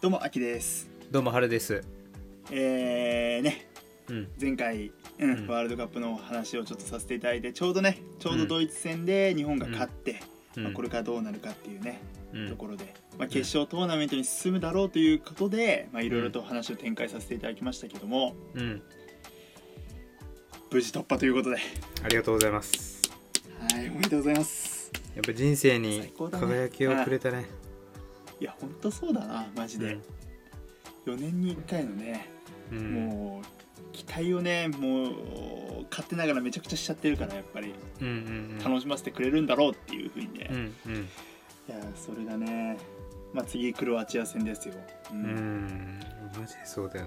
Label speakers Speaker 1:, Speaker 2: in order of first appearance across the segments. Speaker 1: どうも、あきです。
Speaker 2: どうも、はるです。
Speaker 1: えー、ね、
Speaker 2: うん。
Speaker 1: 前回、うん
Speaker 2: うん
Speaker 1: ワールドカップの話をちょっとさせていただいて、ちょうどね、ちょうどドイツ戦で日本が勝って、
Speaker 2: うん
Speaker 1: まあ、これからどうなるかっていうね、
Speaker 2: うん
Speaker 1: ところで、まあ、決勝トーナメントに進むだろうということで、まあ、いろいろと話を展開させていただきましたけども、
Speaker 2: うん。
Speaker 1: 無事突破ということで、は
Speaker 2: ありがとうございます。
Speaker 1: い、おめでとうございます。
Speaker 2: やっぱ人生
Speaker 1: 最
Speaker 2: に
Speaker 1: 高だね
Speaker 2: 輝きをくれたね。
Speaker 1: いや、ほんとそうだな、マジで。4年に1回のね、
Speaker 2: うん。うん
Speaker 1: もう、期待をね、もう、勝手ながらめちゃくちゃしちゃってるから、やっぱり。
Speaker 2: うんうん。
Speaker 1: 楽しませてくれるんだろうっていうふうにね、
Speaker 2: う
Speaker 1: い
Speaker 2: んうん。
Speaker 1: やーそれがね、まあ、次クロアチア戦ですよ、う
Speaker 2: うんん。マジでそうだよ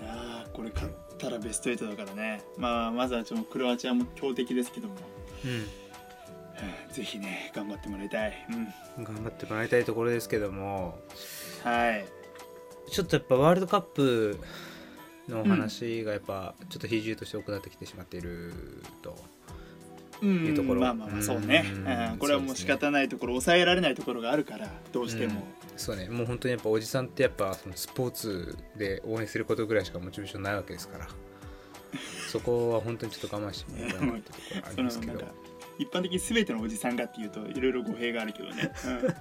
Speaker 2: な。
Speaker 1: いやーこれ勝ったらベスト8だからね、まあ、まずはちょっとクロアチアも強敵ですけども、はあぜひね頑張ってもらいたい、うん、
Speaker 2: うん。頑張ってもらいたいところですけども、
Speaker 1: はい
Speaker 2: ちょっとやっぱワールドカップのお話がやっぱちょっと比重として多くなってきてしまっていると。
Speaker 1: うん
Speaker 2: いうところ
Speaker 1: まあまあまあそうね、
Speaker 2: うん
Speaker 1: うんこれはもう仕方ないところ、抑えられないところがあるからどうしても、
Speaker 2: そうね、もう本当にやっぱおじさんってやっぱそのスポーツで応援することぐらいしかモチベーションないわけです からそこは本当にちょっと我慢してもらいたいなってところはあ
Speaker 1: そ
Speaker 2: り
Speaker 1: の
Speaker 2: ますけ
Speaker 1: なん
Speaker 2: ど
Speaker 1: か一般的に全てのおじさんがっていうといろいろ語弊があるけどね、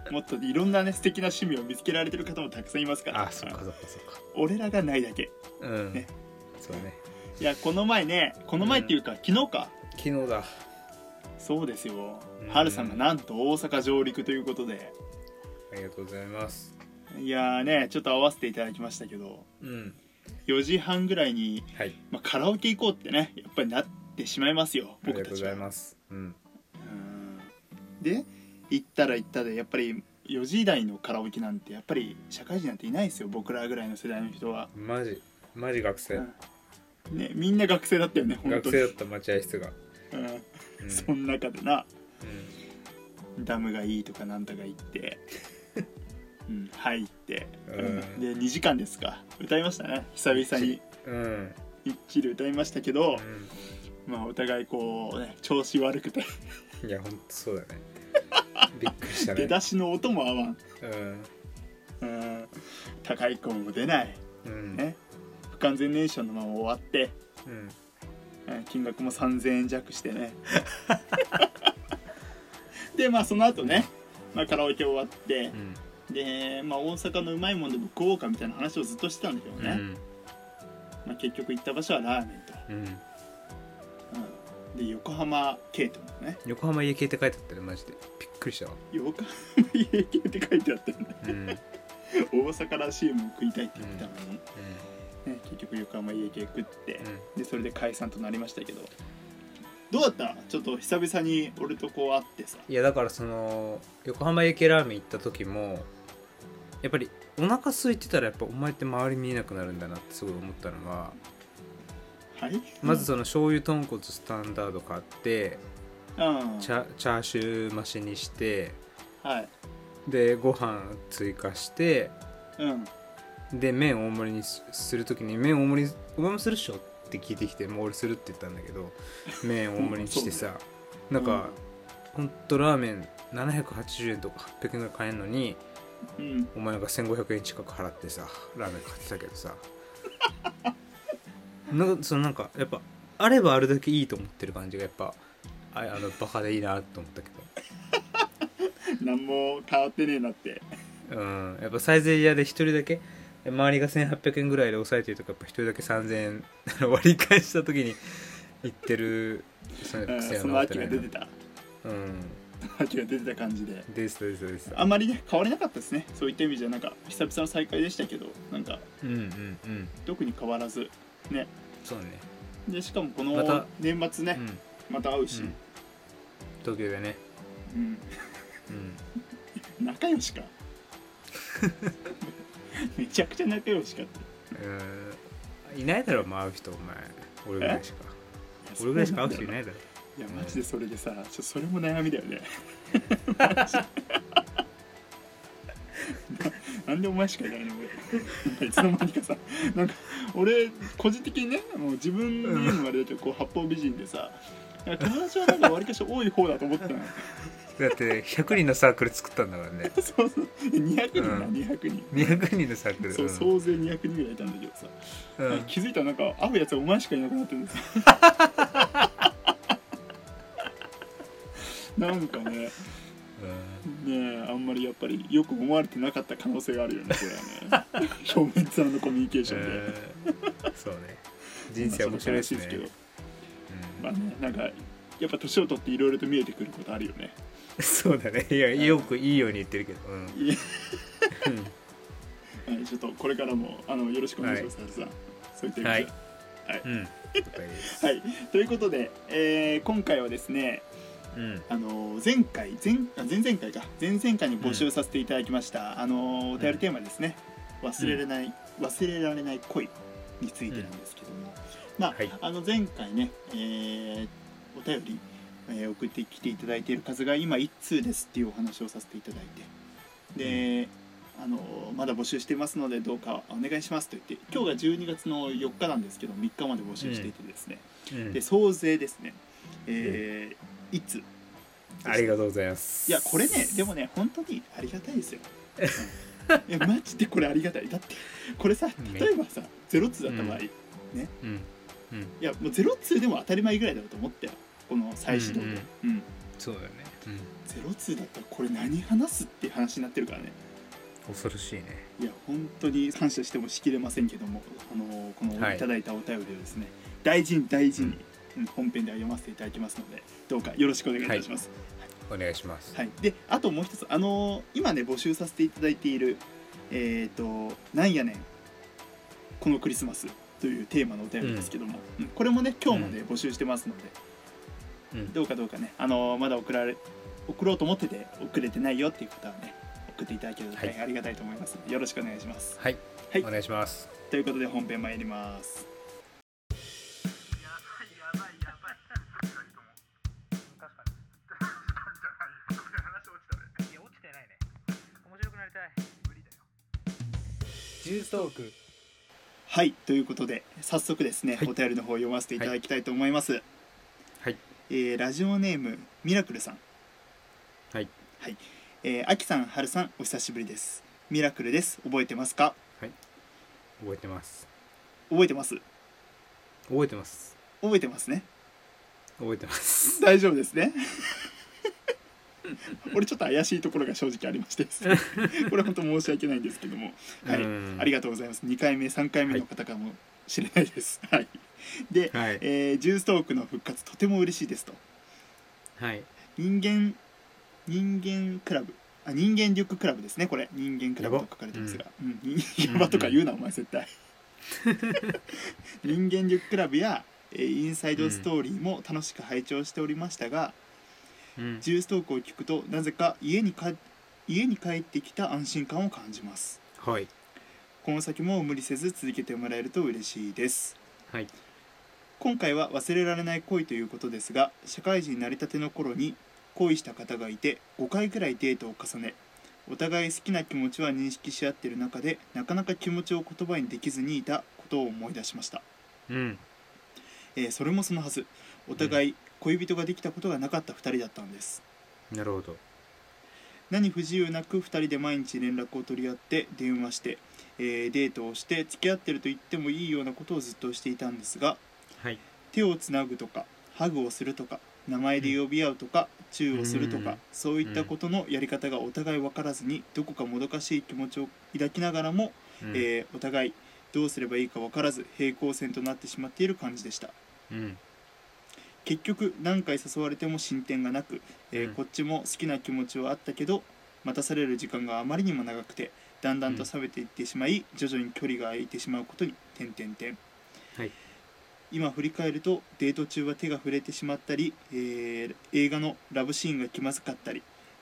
Speaker 1: うんもっといろんなね素敵な趣味を見つけられてる方もたくさんいますから
Speaker 2: あそっかそっかそっか
Speaker 1: 俺らがないだけ
Speaker 2: うん、
Speaker 1: ね
Speaker 2: そうね
Speaker 1: いやこの前ねこの前っていうか、昨日か
Speaker 2: 昨日だ
Speaker 1: そうですよ、
Speaker 2: うん
Speaker 1: ハルさんがなんと大阪上陸ということで
Speaker 2: ありがとうございます
Speaker 1: いやーねちょっと合わせていただきましたけど
Speaker 2: うん
Speaker 1: 4時半ぐらいに、
Speaker 2: はい
Speaker 1: まあ、カラオケ行こうってねやっぱりなってしまいますよ
Speaker 2: あり
Speaker 1: 僕
Speaker 2: がと
Speaker 1: た
Speaker 2: うご
Speaker 1: ち
Speaker 2: ざ
Speaker 1: はい
Speaker 2: ますうん
Speaker 1: うんで行ったら行ったでやっぱり4時台のカラオケなんてやっぱり社会人なんていないですよ僕らぐらいの世代の人は、
Speaker 2: マジマジ学生
Speaker 1: うんね、みんな学生だったよね本当
Speaker 2: 学
Speaker 1: に
Speaker 2: 生だった待合室が、う
Speaker 1: うんん、その中でな
Speaker 2: うん
Speaker 1: ダムがいいとかなんとか言って、うん、入って、
Speaker 2: うん
Speaker 1: で2時間ですか歌いましたね久々に
Speaker 2: うん
Speaker 1: いっちり歌いましたけど、まあお互いこうね調子悪くて
Speaker 2: うんいや本当そうだ ねびっくりしたね
Speaker 1: 出だしの音も合わん、
Speaker 2: うん
Speaker 1: うん、高い声も出ない
Speaker 2: うん
Speaker 1: ね不完全燃焼のまま終わって、
Speaker 2: うん
Speaker 1: うん金額も3000円弱してね でまあその後ね、まあ、カラオケ終わって
Speaker 2: う、ん
Speaker 1: で、まあ、大阪のうまいもんでも食おうかみたいな話をずっとしてたんだけどね、まあ、結局行った場所はラーメンと、
Speaker 2: うんうん
Speaker 1: うん、で横浜系統のね
Speaker 2: 横浜家系って書いてあったねマジでびっくりしたわ、
Speaker 1: 横浜家系って書いてあったよね
Speaker 2: うんうん、
Speaker 1: 大阪らしいもん食いたいって言ってたのに、ね、結局横浜家系食って、でそれで解散となりましたけどどうだったちょっと久々に俺とこう会ってさ
Speaker 2: いやだからその横浜家系ラーメン行った時もやっぱりお腹空いてたらやっぱお前って周り見えなくなるんだなってすごい思ったのが
Speaker 1: はい
Speaker 2: まずその醤油豚骨スタンダード買って
Speaker 1: うん
Speaker 2: チャチャーシュー増しにして
Speaker 1: はい
Speaker 2: でご飯追加して
Speaker 1: うん
Speaker 2: で麺大盛りにすする時に麺大盛りお前もするっしょって聞いてきてもう俺するって言ったんだけど麺大盛りにしてさ、
Speaker 1: ん
Speaker 2: なんか、ほんとラーメン780円とか800円が買えるのに
Speaker 1: うん
Speaker 2: お前なんか1500円近く払ってさラーメン買ってたけどさ なんかそのなんかやっぱあればあるだけいいと思ってる感じがやっぱああのバカでいいなと思ったけ
Speaker 1: 何も変わってねえなって
Speaker 2: どうんやっぱサイゼリヤで一人だけ周りが1800円ぐらいで抑えてるとかやっぱ一人だけ3000円 あの割り返した時に行ってるその
Speaker 1: うん
Speaker 2: 癖
Speaker 1: そ
Speaker 2: は
Speaker 1: の
Speaker 2: 直って
Speaker 1: 秋
Speaker 2: な
Speaker 1: が
Speaker 2: い
Speaker 1: 出
Speaker 2: な
Speaker 1: てた
Speaker 2: うん
Speaker 1: 秋が出てた感じで
Speaker 2: でしたでしたでした
Speaker 1: あんまりね変わりなかったですねそういった意味じゃなんか久々の再会でしたけどなんか
Speaker 2: うんうんうん
Speaker 1: 特に変わらずね
Speaker 2: そうね
Speaker 1: でしかもこ
Speaker 2: ま
Speaker 1: の
Speaker 2: た
Speaker 1: 年末
Speaker 2: う
Speaker 1: ね
Speaker 2: ん、
Speaker 1: また会う
Speaker 2: う
Speaker 1: し
Speaker 2: ん、東京でね
Speaker 1: うん
Speaker 2: うん
Speaker 1: 仲良しか めちゃくちゃ仲良しかって
Speaker 2: うんいないだろ、まあ、会う人、お前。俺ぐらいしか。俺ぐらいしか会う人いないだろ。
Speaker 1: いやマジでそれでさちょそれも悩みだよねマジなんでお前しかいないの俺いつの間にかさなんか俺個人的にねもう自分で言うのもあれだけどこう八方美人でさなんか友達はなんかわりかし多い方だと思ってたの
Speaker 2: だって100人のサークル作ったんだから ね
Speaker 1: そうそう200人だ、
Speaker 2: うん
Speaker 1: 200人
Speaker 2: 200人のサークル
Speaker 1: そう総勢200人ぐらいいたんだけどさ、
Speaker 2: うんうん
Speaker 1: 気づいたらなんか会うやつはお前しかいなくな ってるんですよなんかねねえあんまりやっぱりよく思われてなかった可能性があるよねこれ はね表面面のコミュニケーションで、
Speaker 2: うんそうね人生面白いですね
Speaker 1: まあちょっと悲しいです
Speaker 2: うん
Speaker 1: けどまあねなんかやっぱ年を取っていろいろと見えてくることあるよね
Speaker 2: そうだねいやよくいいように言ってるけどうん
Speaker 1: いや
Speaker 2: うん
Speaker 1: はいちょっとこれからもあのよろしくお願いします、さんそういった意味で
Speaker 2: は
Speaker 1: はいい、
Speaker 2: うん了解です
Speaker 1: ということで、えー今回はですね
Speaker 2: うん
Speaker 1: あの前回前あ前々回か前々回に募集させていただきました、あのお便りテーマですね忘れられない、忘れられない恋についてなんですけども、まあ、
Speaker 2: はい
Speaker 1: あの前回ね、えーお便り、えー送ってきていただいている数が今1通ですっていうお話をさせていただいてで、あのまだ募集してますのでどうかお願いしますと言って今日が12月の4日なんですけど3日まで募集していてですね、
Speaker 2: うん
Speaker 1: で総勢ですね、えー、1通
Speaker 2: ありがとうございます
Speaker 1: いやこれねでもね本当にありがたいですよ。うんいやマジでこれありがたいだってこれさ例えばさゼロ通だった場合、
Speaker 2: うん
Speaker 1: い
Speaker 2: うんうん
Speaker 1: やもうゼロ通でも当たり前ぐらいだろうと思ったよこの再始動で、
Speaker 2: うん
Speaker 1: うん
Speaker 2: そうだよね
Speaker 1: ゼロ通だったらこれ何話すっていう話になってるからね
Speaker 2: うん恐ろしいね
Speaker 1: いや本当に感謝してもしきれませんけどもあのーこの
Speaker 2: はい
Speaker 1: いただいたお便りをですね、大事に大事に、うん本編では読ませていただきますのでどうかよろしくお願いいたします。
Speaker 2: お願いします
Speaker 1: はい、であともう一つあのー今ね募集させていただいている「えっ、となんやねんこのクリスマス」というテーマのお便りですけども、うんこれもね今日まで募集してますので、
Speaker 2: うん
Speaker 1: どうかどうかねあのーまだ送られ送ろうと思ってて送れてないよっていう方はね送っていただけると大変ありがたいと思いますので、よろしくお願いします
Speaker 2: はい
Speaker 1: はい
Speaker 2: お願いします
Speaker 1: ということで本編参ります
Speaker 3: いや落ちてないね面白くなりたい無理だよ
Speaker 2: ジューストーク
Speaker 1: はいということで早速ですね、
Speaker 2: はい
Speaker 1: お便りの方を読ませていただきたいと思います、
Speaker 2: はい
Speaker 1: えーラジオネームミラクルさん
Speaker 2: はい
Speaker 1: はい、えー、秋さん、春さん、お久しぶりです。ミラクルです。覚えてますか？
Speaker 2: 覚えてます
Speaker 1: 覚えてます。
Speaker 2: 覚えてます
Speaker 1: 覚えてますね。
Speaker 2: 覚えてます
Speaker 1: 大丈夫ですね。 俺ちょっと怪しいところが正直ありまして ですね、これ本当申し訳ないんですけども、はい、
Speaker 2: うん
Speaker 1: ありがとうございます。二回目、三回目の方かもしれないです。はい。で、
Speaker 2: はい
Speaker 1: えージューストークの復活とても嬉しいですと。
Speaker 2: はい
Speaker 1: 人間人間クラブあ人間力クラブですねこれ人間クラブと書かれてますがうん人間、やばとか言うなお前絶対人間力クラブや、えーインサイドストーリーも楽しく拝聴しておりましたが、
Speaker 2: うん
Speaker 1: ジューストークを聞くとなぜか家にか家に帰ってきた安心感を感じます
Speaker 2: はい
Speaker 1: この先も無理せず続けてもらえると嬉しいです
Speaker 2: はい
Speaker 1: 今回は忘れられない恋ということですが社会人になりたての頃に恋した方がいて5回くらいデートを重ねお互い好きな気持ちは認識し合っている中でなかなか気持ちを言葉にできずにいたことを思い出しました、
Speaker 2: うん
Speaker 1: えーそれもそのはずお互い恋人ができたことがなかった2人だったんです
Speaker 2: なるほど
Speaker 1: 何不自由なく2人で毎日連絡を取り合って電話して、えーデートをして付き合ってると言ってもいいようなことをずっとしていたんですが
Speaker 2: はい
Speaker 1: 手をつなぐとかハグをするとか名前で呼び合うとか、チューをするとか、
Speaker 2: うん
Speaker 1: そういったことのやり方がお互い分からずにどこかもどかしい気持ちを抱きながらも、
Speaker 2: う
Speaker 1: え
Speaker 2: ん
Speaker 1: ーお互いどうすればいいか分からず平行線となってしまっている感じでした
Speaker 2: うん
Speaker 1: 結局何回誘われても進展がなく、えー
Speaker 2: うん
Speaker 1: こっちも好きな気持ちはあったけど待たされる時間があまりにも長くてだんだんと冷めていってしまい、徐々に距離が空いてしまうことに点々点
Speaker 2: はい
Speaker 1: 今振り返るとデート中は手が触れてしまったり、えー映画のラブシーンが気まずかったり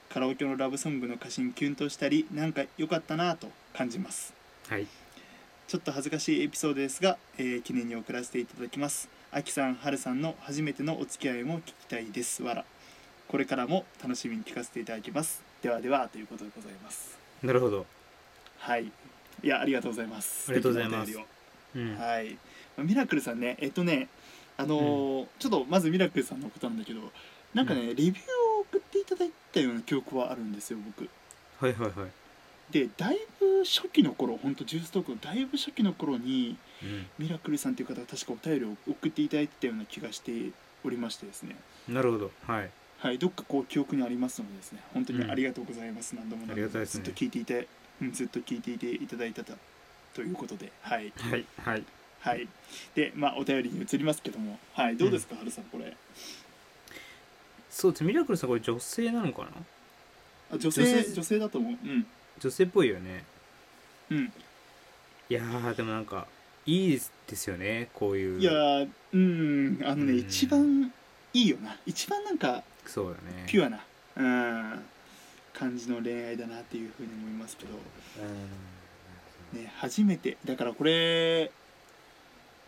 Speaker 1: カラオケのラブソングの歌詞にキュンとしたりなんか良かったなぁと感じます
Speaker 2: はい
Speaker 1: ちょっと恥ずかしいエピソードですが、えー記念に送らせていただきますあきさんはるさんの初めてのお付き合いも聞きたいですわらこれからも楽しみに聞かせていただきますではではということでございます
Speaker 2: なるほど、
Speaker 1: はいいやありがとうございます
Speaker 2: ありがとうございます
Speaker 1: 素敵なお便
Speaker 2: うん
Speaker 1: りをはい、まあミラクルさんねえっとねあのーちょっとまずミラクルさんのことなんだけどなんかね、レビューを送っていただいたような記憶はあるんですよ僕
Speaker 2: はいはいはい、
Speaker 1: でだいぶ初期の頃ほんとジューストークのだいぶ初期の頃にミラクルさんっていう方が確かお便りを送っていただいてたような気がしておりましてですね
Speaker 2: うん、なるほどはい
Speaker 1: はいどっかこう記憶にありますのでですね本当に
Speaker 2: うん
Speaker 1: ありがとうございます、何度も
Speaker 2: あ
Speaker 1: 何
Speaker 2: り
Speaker 1: 度
Speaker 2: が
Speaker 1: も
Speaker 2: たいです
Speaker 1: ずっ
Speaker 2: ね
Speaker 1: と聞いていて、うん、ずっと聞いていていただいたとということではい
Speaker 2: はいはい
Speaker 1: はいでまあお便りに移りますけどもはいどうですか、ハルさんこれ
Speaker 2: そうですミラクルさんこれ女性なのかな
Speaker 1: あ女性女
Speaker 2: 女
Speaker 1: 性
Speaker 2: 性
Speaker 1: だと思ううん
Speaker 2: 女性っぽいよね
Speaker 1: うん
Speaker 2: いやーでもなんかいいですよねこういう
Speaker 1: いやーうんあのね、
Speaker 2: うん
Speaker 1: 一番いいよな一番なんか
Speaker 2: そうだね
Speaker 1: ピュ
Speaker 2: ア
Speaker 1: アな、うん、感じの恋愛だなっていうふうに思いますけど、ね、初めてだからこれ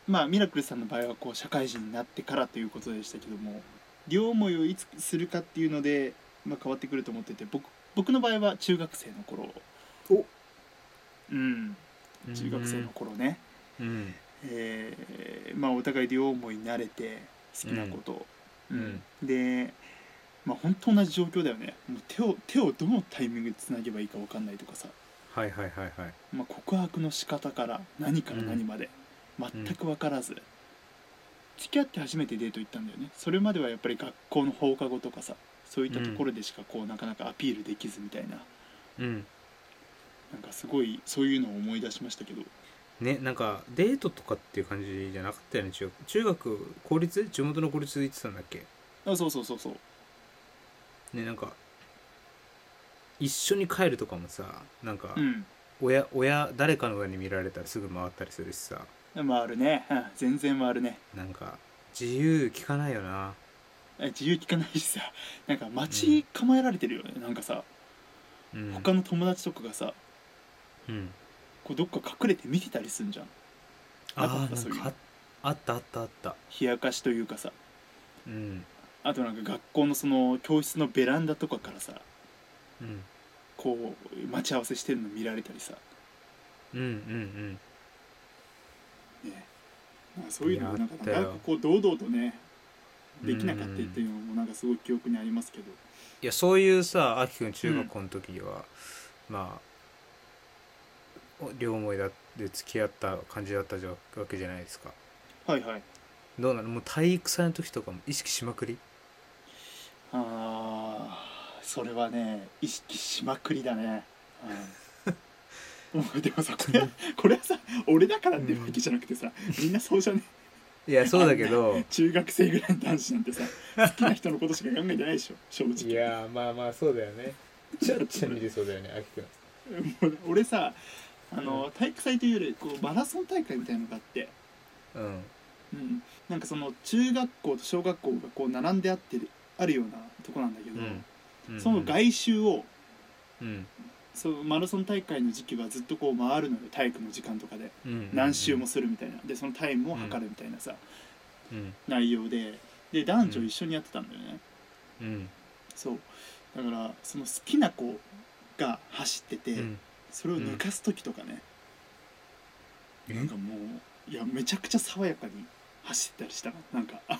Speaker 1: まあミラクルさんの場合はこう社会人になってからということでしたけども両思いをいつするかっていうので、まあ、変わってくると思ってて僕僕の場合は中学生の頃
Speaker 2: お
Speaker 1: うん中学生の頃ね、
Speaker 2: うん
Speaker 1: えーまあ、お互い両思いになれて好きなことを、
Speaker 2: うん
Speaker 1: で、まあ、本当同じ状況だよねもう手を手をどのタイミングでつなげばいいか分かんないとかさ、
Speaker 2: はいはいはいはい
Speaker 1: まあ、告白の仕方から何から何まで、
Speaker 2: ん
Speaker 1: 全く分からず、付き合って初めてデート行ったんだよねそれまではやっぱり学校の放課後とかさそういったところでしかこう、なかなかアピールできずみたいな
Speaker 2: うん
Speaker 1: なんかすごいそういうのを思い出しましたけど
Speaker 2: ねなんかデートとかっていう感じじゃなかったよね中学中学公立地元の公立で行ってたんだっけ
Speaker 1: あそうそうそうそう
Speaker 2: ねなんか一緒に帰るとかもさなんか
Speaker 1: うん
Speaker 2: 親,、親誰かの親に見られたらすぐ回ったりするしさ
Speaker 1: 回るね、うん、全然回るね
Speaker 2: なんか自由聞かないよな
Speaker 1: 自由聞かないしさ なんか街構えられてるよね、なんかさ
Speaker 2: うん
Speaker 1: 他の友達とかがさ
Speaker 2: うん
Speaker 1: こうどっか隠れて見てたりすんじゃんなか
Speaker 2: あ
Speaker 1: っ
Speaker 2: あ
Speaker 1: た
Speaker 2: ー
Speaker 1: そういう
Speaker 2: なんかああったあったあった
Speaker 1: 冷やかしというかさ
Speaker 2: うん
Speaker 1: あとなんか学校のその教室のベランダとかからさ
Speaker 2: うん
Speaker 1: こう待ち合わせしてるの見られたりさ、
Speaker 2: うんうん
Speaker 1: ね、なんかそういうのもなんか
Speaker 2: いやあったよ
Speaker 1: なんかこう堂々とね
Speaker 2: うん
Speaker 1: できなかったっていうのもなんかすごい記憶にありますけど
Speaker 2: いやそういうさあきくん中学校の時は、まあお両思いだで付き合った感じだったじゃわけじゃないですか
Speaker 1: はいはい
Speaker 2: どうなのもう体育祭の時とかも意識しまくり
Speaker 1: あーそれはね意識しまくりだね、うん もうでもさこれこれはさ俺だからってわけじゃなくてさ、 みんなそうじゃね
Speaker 2: いやそうだけ ど
Speaker 1: 中学生ぐらいの男子なんてさ好きな人のことしか考えてないでしょ正直
Speaker 2: やまあまあそうだよねちゃっちゃ見てそうだよねあき
Speaker 1: も
Speaker 2: くん
Speaker 1: う 俺さあの体育祭というよりこうマラソン大会みたいなのがあって、
Speaker 2: うん
Speaker 1: うん、なんかその中学校と小学校がこう並んであってるあるようなとこなんだけど、
Speaker 2: うんうん
Speaker 1: その外周を
Speaker 2: うん
Speaker 1: そうマラソン大会の時期はずっとこう回るのよ体育の時間とかで
Speaker 2: うん
Speaker 1: 何周もするみたいなでそのタイムを測るみたいなさ、
Speaker 2: うん
Speaker 1: 内容でで男女一緒にやってたんだよね、
Speaker 2: うん
Speaker 1: そうだからその好きな子が走ってて、
Speaker 2: うん
Speaker 1: それを抜かす時とかね、
Speaker 2: え
Speaker 1: なんかもういやめちゃくちゃ爽やかに走ったりしたのなんか あ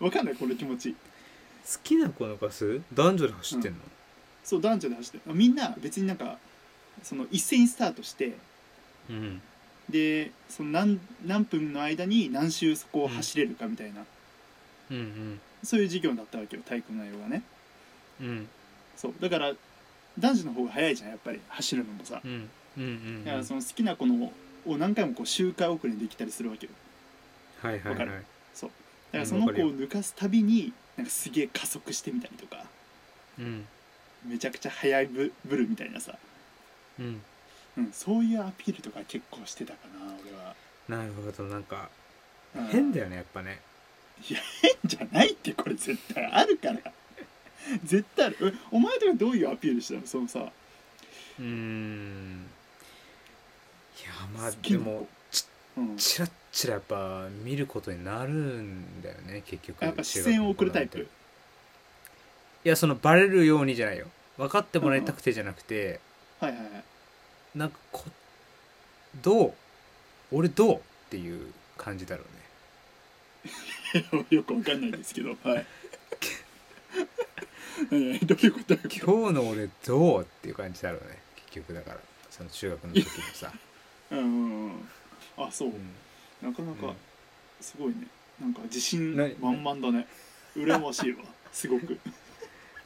Speaker 1: わかんないこの気持ち
Speaker 2: 好きな子のガス男女で走ってんの、
Speaker 1: そう男女で走ってみんな別になんかその一斉にスタートして
Speaker 2: うん
Speaker 1: でその何何分の間に何周そこを走れるかみたいな、
Speaker 2: うんうん
Speaker 1: そういう授業だったわけよ体育の内容がね
Speaker 2: うん
Speaker 1: そうだから男子の方が早いじゃんやっぱり走るのもさ、
Speaker 2: うんうんうん
Speaker 1: だからその好きな子のを何回もこう周回遅れにできたりするわけよ
Speaker 2: はいはいは
Speaker 1: わ
Speaker 2: い
Speaker 1: かだからその子を抜かすたびになんかすげえ加速してみたりとか
Speaker 2: うん
Speaker 1: めちゃくちゃ速いぶぶるみたいなさ、
Speaker 2: うん
Speaker 1: うん、そういうアピールとか結構してたかな俺は、
Speaker 2: なるほどなんか
Speaker 1: うん
Speaker 2: 変だよねやっぱね
Speaker 1: 変じゃないってこれ絶対あるから絶対あるえお前とかどういうアピールしたのそのさ
Speaker 2: うーんいやまあ
Speaker 1: 好き
Speaker 2: で
Speaker 1: な子
Speaker 2: も
Speaker 1: うん
Speaker 2: チラッチラやっぱ見ることになるんだよね結局
Speaker 1: やっぱ視線を送るタイ
Speaker 2: 中学
Speaker 1: プ
Speaker 2: の頃なんていやそのバレるようにじゃないよ分かってもらいたくてじゃなくて、
Speaker 1: はいはいはい
Speaker 2: なんかこどう俺どうっていう感じだろうね
Speaker 1: よくわかんない ですけどはいはいはいどういうことどういうこと
Speaker 2: 今日の俺どうっていう感じだろうね結局だからその中学の時のさ、
Speaker 1: うんうんうんあそう
Speaker 2: う
Speaker 1: なかなか
Speaker 2: うん
Speaker 1: すごいねなんか自信
Speaker 2: ない
Speaker 1: 満々だね羨ましいわすごく
Speaker 2: ん、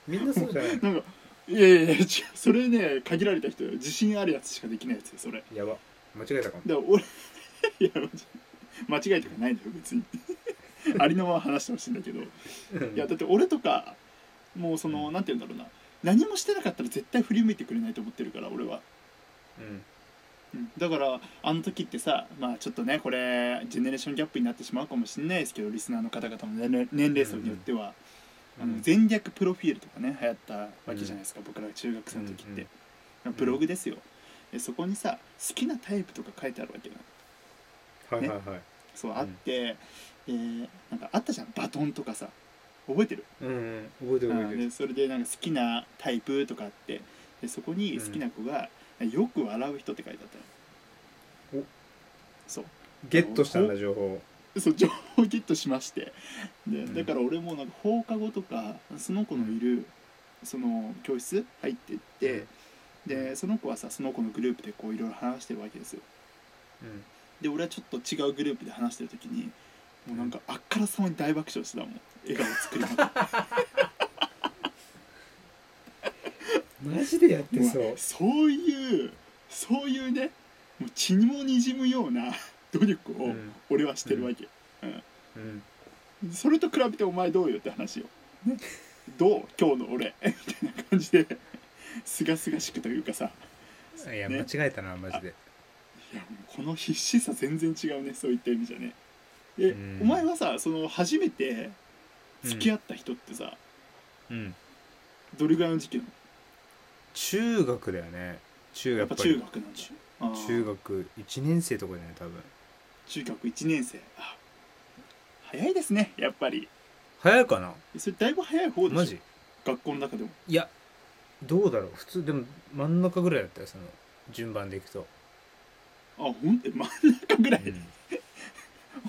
Speaker 2: みんなそうじゃない
Speaker 1: なんかいやいやいや違うそれね限られた人よ自信あるやつしかできないやつよそれ
Speaker 2: やば間違えたかも
Speaker 1: だから俺 いや間違いとかないんだよ別に ありのまま話してほしいんだけどいやだって俺とかもうそのなんて言うんだろうな何もしてなかったら絶対振り向いてくれないと思ってるから俺は、
Speaker 2: うん
Speaker 1: うん、だからあの時ってさまあちょっとねこれジェネレーションギャップになってしまうかもしれないですけどリスナーの方々の年齢年齢層によっては、あの全略プロフィールとかね流行ったわけじゃないですか、僕らが中学生の時って、ブログですよでそこにさ好きなタイプとか書いてあるわけよ
Speaker 2: はいはいはい、
Speaker 1: そう
Speaker 2: うん
Speaker 1: あって、でなんかあったじゃんバトンとかさ覚えてる、
Speaker 2: うんうん、覚えてる覚えて
Speaker 1: で
Speaker 2: る
Speaker 1: それでなんか好きなタイプとかあってでそこに好きな子が「よく笑う人」って書いてあったの
Speaker 2: お
Speaker 1: そう
Speaker 2: ゲットしたんだ情報
Speaker 1: そう情報をゲットしましてで、
Speaker 2: ん
Speaker 1: だから俺もなんか放課後とかその子のいるその教室入ってって、
Speaker 2: う
Speaker 1: でその子はさその子のグループでこういろいろ話してるわけですよ
Speaker 2: うん
Speaker 1: で俺はちょっと違うグループで話してる時にもうなんかあっからさまに大爆笑してたもん笑顔作りまくっ
Speaker 2: マジ でやって
Speaker 1: て
Speaker 2: そう
Speaker 1: もうそういうそういうねもう血にもにじむような 努力
Speaker 2: う
Speaker 1: を
Speaker 2: ん
Speaker 1: 俺はしてるわけ、
Speaker 2: うん
Speaker 1: それと比べてお前どうよって話よ、ね、どう今日の俺 みたいな感じですがすがしくというかさ
Speaker 2: いや
Speaker 1: ね
Speaker 2: 間違えたなマジで
Speaker 1: いやもうこの必死さ全然違うねそういった意味じゃねで、
Speaker 2: うん
Speaker 1: お前はさその初めて付き合った人ってさ、
Speaker 2: うん
Speaker 1: どれぐらいの時期なの
Speaker 2: 中学だよね中
Speaker 1: やっ
Speaker 2: 学
Speaker 1: ぱ
Speaker 2: やっぱ
Speaker 1: 中学な
Speaker 2: り
Speaker 1: んだあー
Speaker 2: 中学1年生とかだよね多分
Speaker 1: 中学1年生あ早いですねやっぱり
Speaker 2: 早いかな
Speaker 1: それだいぶ早い方でしょ
Speaker 2: マジ
Speaker 1: 学校の中でも
Speaker 2: いやどうだろう普通でも真ん中ぐらいだったよその順番でいくと、
Speaker 1: あほんと真ん中ぐらい、
Speaker 2: うん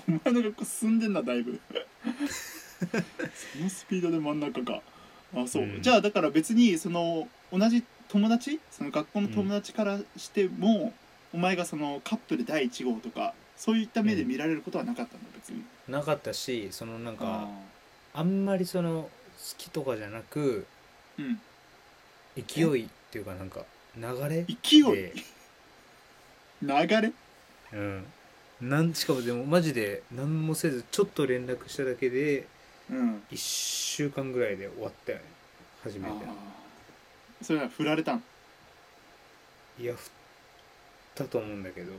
Speaker 1: お前の学校進んでんなだいぶそのスピードで真ん中かあそう、
Speaker 2: うん
Speaker 1: じゃあだから別にその同じ友達その学校の友達からしても、お前がそのカップル第1号とかそういった目で見られることはなかったんだ別に、
Speaker 2: なかったしそのなんか
Speaker 1: あ
Speaker 2: あんまりその好きとかじゃなく
Speaker 1: ーうん
Speaker 2: 勢いっていうかなんか流れ
Speaker 1: 勢い
Speaker 2: で、
Speaker 1: 流れ
Speaker 2: うん、なんしかもでもマジで何もせずちょっと連絡しただけで
Speaker 1: うん
Speaker 2: 1週間ぐらいで終わったよね初めて
Speaker 1: あーそれは振られたの
Speaker 2: いや振ったと思うんだけど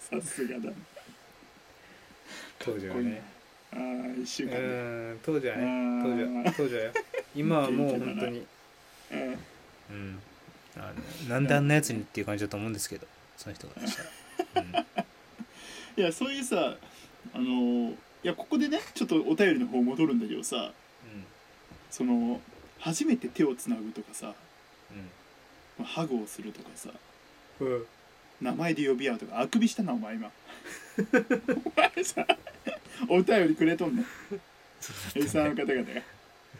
Speaker 1: さすがだね
Speaker 2: 当時は
Speaker 1: こういうの
Speaker 2: ね
Speaker 1: ああ1週
Speaker 2: う
Speaker 1: 間で
Speaker 2: ん当時は
Speaker 1: あ
Speaker 2: ね当時は
Speaker 1: ー
Speaker 2: 当時はよ今はもう本当に
Speaker 1: うん
Speaker 2: うんあのなんであんなやつにっていう感じだと思うんですけどその人がしたら、うん
Speaker 1: いやそういうさあのーいやここでねちょっとお便りの方戻るんだけどさその初めて手をつなぐとかさハグをするとかさ
Speaker 2: うんうん
Speaker 1: 名前で呼び合うとかあくびしたなお前今お前さお便りくれとんね
Speaker 2: そう
Speaker 1: リ
Speaker 2: だっ
Speaker 1: ス
Speaker 2: た
Speaker 1: ナー
Speaker 2: ね
Speaker 1: の方々が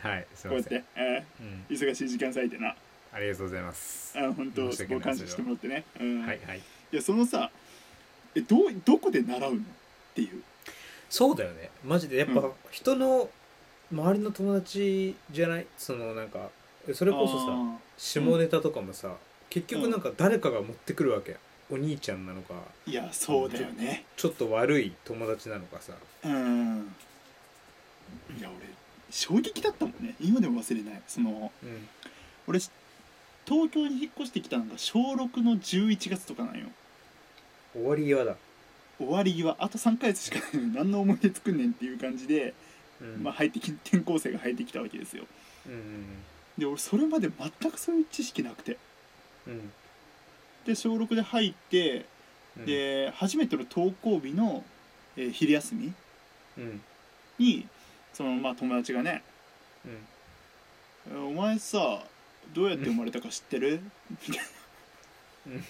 Speaker 1: こ
Speaker 2: はいす
Speaker 1: う
Speaker 2: い
Speaker 1: や
Speaker 2: ま
Speaker 1: っ
Speaker 2: せん、
Speaker 1: て、え
Speaker 2: うん、
Speaker 1: ー忙しい時間割いてな
Speaker 2: ありがとうございます
Speaker 1: あ本当
Speaker 2: 申し
Speaker 1: そ
Speaker 2: 訳
Speaker 1: こ
Speaker 2: ない
Speaker 1: 感謝してもらってね、うん
Speaker 2: はいはい
Speaker 1: いやそのさえどうどこで習うのっていう
Speaker 2: そうだよねマジでやっ
Speaker 1: う
Speaker 2: ぱ
Speaker 1: ん
Speaker 2: 人の周りの友達じゃないそのなんかそれこそさ
Speaker 1: あ
Speaker 2: 下ネタとかもさ、結局なんか誰かが持ってくるわけお兄ちゃんなのか
Speaker 1: ーいやそうだよね
Speaker 2: ちょっと悪い友達なのかさ
Speaker 1: うんいや俺衝撃だったもんね今でも忘れないその
Speaker 2: うん
Speaker 1: 俺東京に引っ越してきたのが小6の11月とかなんよ
Speaker 2: 終わり際だ、
Speaker 1: 終わり際あと3ヶ月しかないのに何 の思い出作んねんっていう感じで、
Speaker 2: うん
Speaker 1: まあ、入ってき 転校生が入ってきたわけですよ
Speaker 2: うん
Speaker 1: で俺それまで全くそういう知識なくて
Speaker 2: うん
Speaker 1: で小6で入って、
Speaker 2: うん、
Speaker 1: で初めての登校日の、えー昼休み
Speaker 2: うんうん
Speaker 1: にそのまあ友達がね
Speaker 2: うん
Speaker 1: えーお前さどうやって生まれたか知ってる?」みたいな
Speaker 2: うん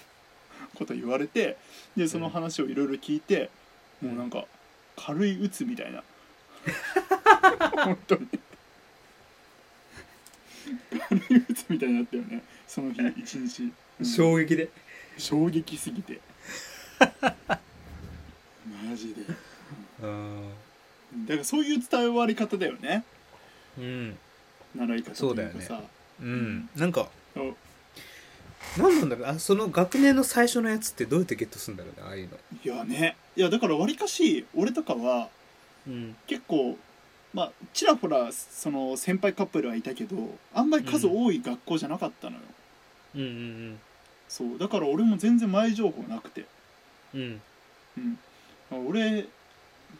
Speaker 1: こと言われてでその話をいろいろ聞いて、
Speaker 2: うん
Speaker 1: もうなんか軽い鬱みたい な本当に軽い鬱みたいになったよねその日一日、うん
Speaker 2: 衝撃で
Speaker 1: 衝撃すぎ てマジで
Speaker 2: うん
Speaker 1: だからそういう伝わり方だよね
Speaker 2: うん
Speaker 1: 習い方というか
Speaker 2: そうだ
Speaker 1: さ
Speaker 2: うんなんか
Speaker 1: お
Speaker 2: 何なんだろうあその学年の最初のやつってどうやってゲットするんだろうねああいうの
Speaker 1: いやねいやだからわりかし俺とかは
Speaker 2: うん
Speaker 1: 結構まあちらほらその先輩カップルはいたけどあんまり数多い学校じゃなかったのよ、
Speaker 2: うんうん
Speaker 1: そうだから俺も全然前情報なくて、
Speaker 2: うんうん
Speaker 1: うん、俺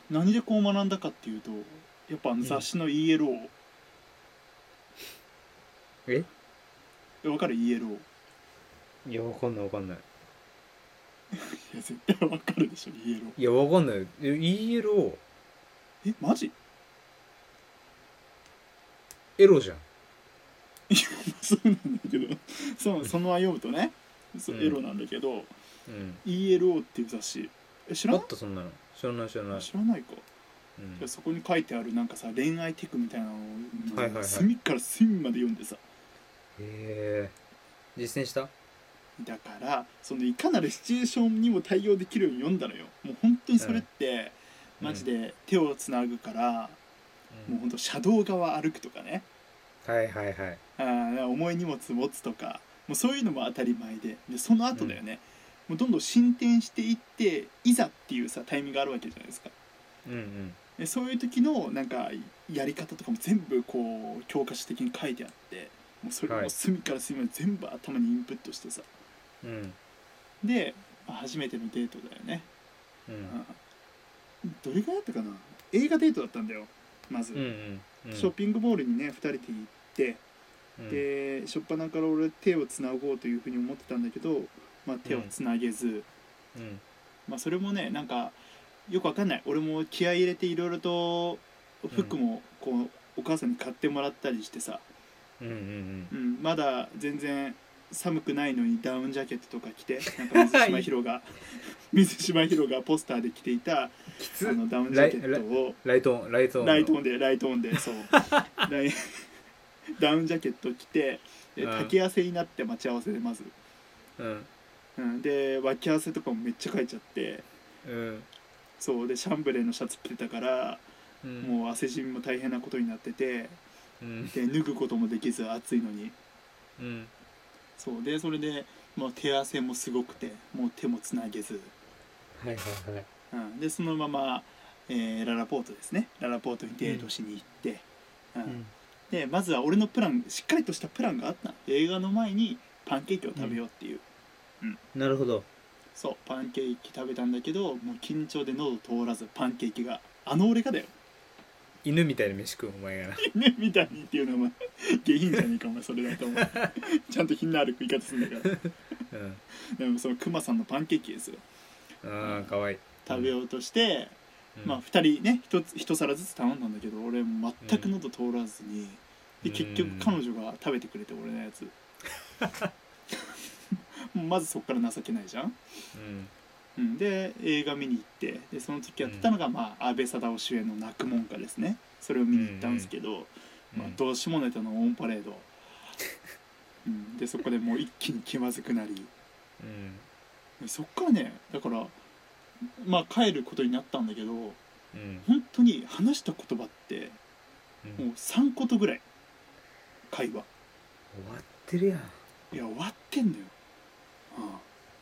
Speaker 1: 何でこう学んだかっていうとやっぱあの雑誌の ELO、
Speaker 2: え
Speaker 1: えわかる ELO い
Speaker 2: いやわかんないわかんない
Speaker 1: や絶対わかるでしょ ELO
Speaker 2: いやわかんないえ ELO
Speaker 1: えマジ
Speaker 2: エロじゃん
Speaker 1: そうなんだけどそうそのまま読むとねそう
Speaker 2: うん
Speaker 1: エロなんだけど、
Speaker 2: うん
Speaker 1: ELO っていう雑誌え知ら
Speaker 2: あ
Speaker 1: ん
Speaker 2: ったそんなの知らない知らない、
Speaker 1: 知らないか
Speaker 2: うん
Speaker 1: でそこに書いてあるなんかさ恋愛テクみたいなのを、
Speaker 2: はいはいはい
Speaker 1: 隅から隅まで読んでさ
Speaker 2: へえ実践した
Speaker 1: だからそのいかなるシチュエーションにも対応できるように読んだのよもう本当にそれって、
Speaker 2: うん
Speaker 1: マジで手をつなぐから、
Speaker 2: うん
Speaker 1: もう本当車道側歩くとかね
Speaker 2: はいはいはい
Speaker 1: あー重い荷物持つとかもうそういうのも当たり前ででその後だよね、もうどんどん進展していっていざっていうさタイミングがあるわけじゃないですか
Speaker 2: うんうん
Speaker 1: でそういう時のなんかやり方とかも全部こう教科書的に書いてあってもうそれ
Speaker 2: は
Speaker 1: も
Speaker 2: い
Speaker 1: 隅から隅まで全部頭にインプットしてさ
Speaker 2: うん
Speaker 1: で、まあ初めてのデートだよね、
Speaker 2: う
Speaker 1: うんんどれぐらいだったかな映画デートだったんだよまず、
Speaker 2: うんうんうん
Speaker 1: ショッピングモールにね2人で行って、
Speaker 2: うん
Speaker 1: で初っ端から俺手をつなごうというふうに思ってたんだけど、まあ、手をつなげず、
Speaker 2: うん
Speaker 1: まあ、それもねなんかよくわかんない俺も気合い入れていろいろと服もこう、お母さんに買ってもらったりしてさ、
Speaker 2: うんうん
Speaker 1: うん、まだ全然寒くないのにダウンジャケットとか着てなんか水島ヒロ が水島ヒロがポスターで着ていたあ
Speaker 2: きつ
Speaker 1: のダウンジャケットを
Speaker 2: ライトオンライトオンの
Speaker 1: ライトオンでライトオンでそう ライダウンジャケット着てで
Speaker 2: うん
Speaker 1: 竹汗になって待ち合わせでまず、
Speaker 2: うん
Speaker 1: うん、で脇汗とかもめっちゃかいちゃって
Speaker 2: うん
Speaker 1: そうでシャンブレーのシャツ着てたから
Speaker 2: うん
Speaker 1: もう汗染みも大変なことになってて
Speaker 2: うん
Speaker 1: で脱ぐこともできず暑いのに
Speaker 2: うん
Speaker 1: そうでそれでもう手汗もすごくてもう手もつなげず、
Speaker 2: はいはいはい
Speaker 1: うん、でそのまま、えーララポートですねララポートにデートしに行って、うん
Speaker 2: うん
Speaker 1: でまずは俺のプランしっかりとしたプランがあったの映画の前にパンケーキを食べようっていう、
Speaker 2: なるほど
Speaker 1: そうパンケーキ食べたんだけどもう緊張で喉通らずパンケーキがあの俺がだよ
Speaker 2: 犬みたいな飯食うお前がな
Speaker 1: ねみたいにっていうのは下品じゃねえかお前それだと思う ちゃんと品のある食い方するんだから
Speaker 2: うん
Speaker 1: でもそのクマさんのパンケーキですよ
Speaker 2: ああかわいい
Speaker 1: 食べようとして、
Speaker 2: うん
Speaker 1: まあ2人ね一つ一皿ずつ頼んだんだけど俺もう全く喉通らずに、
Speaker 2: うん
Speaker 1: で結局彼女が食べてくれて俺のや つもうまずそっから情けないじゃん、
Speaker 2: うん
Speaker 1: うん、で映画見に行ってでその時やってたのが、まあ、安倍貞夫主演の「泣くもんか」ですねそれを見に行ったんですけど、まあ、どうしもネタのオンパレード、うん、でそこでもう一気に気まずくなり
Speaker 2: うん
Speaker 1: そっからねだからまあ帰ることになったんだけど
Speaker 2: うん
Speaker 1: 本当に話した言葉って
Speaker 2: うん
Speaker 1: もう3言ぐらい会話
Speaker 2: 終わってるやん
Speaker 1: いや終わってんのよ、あ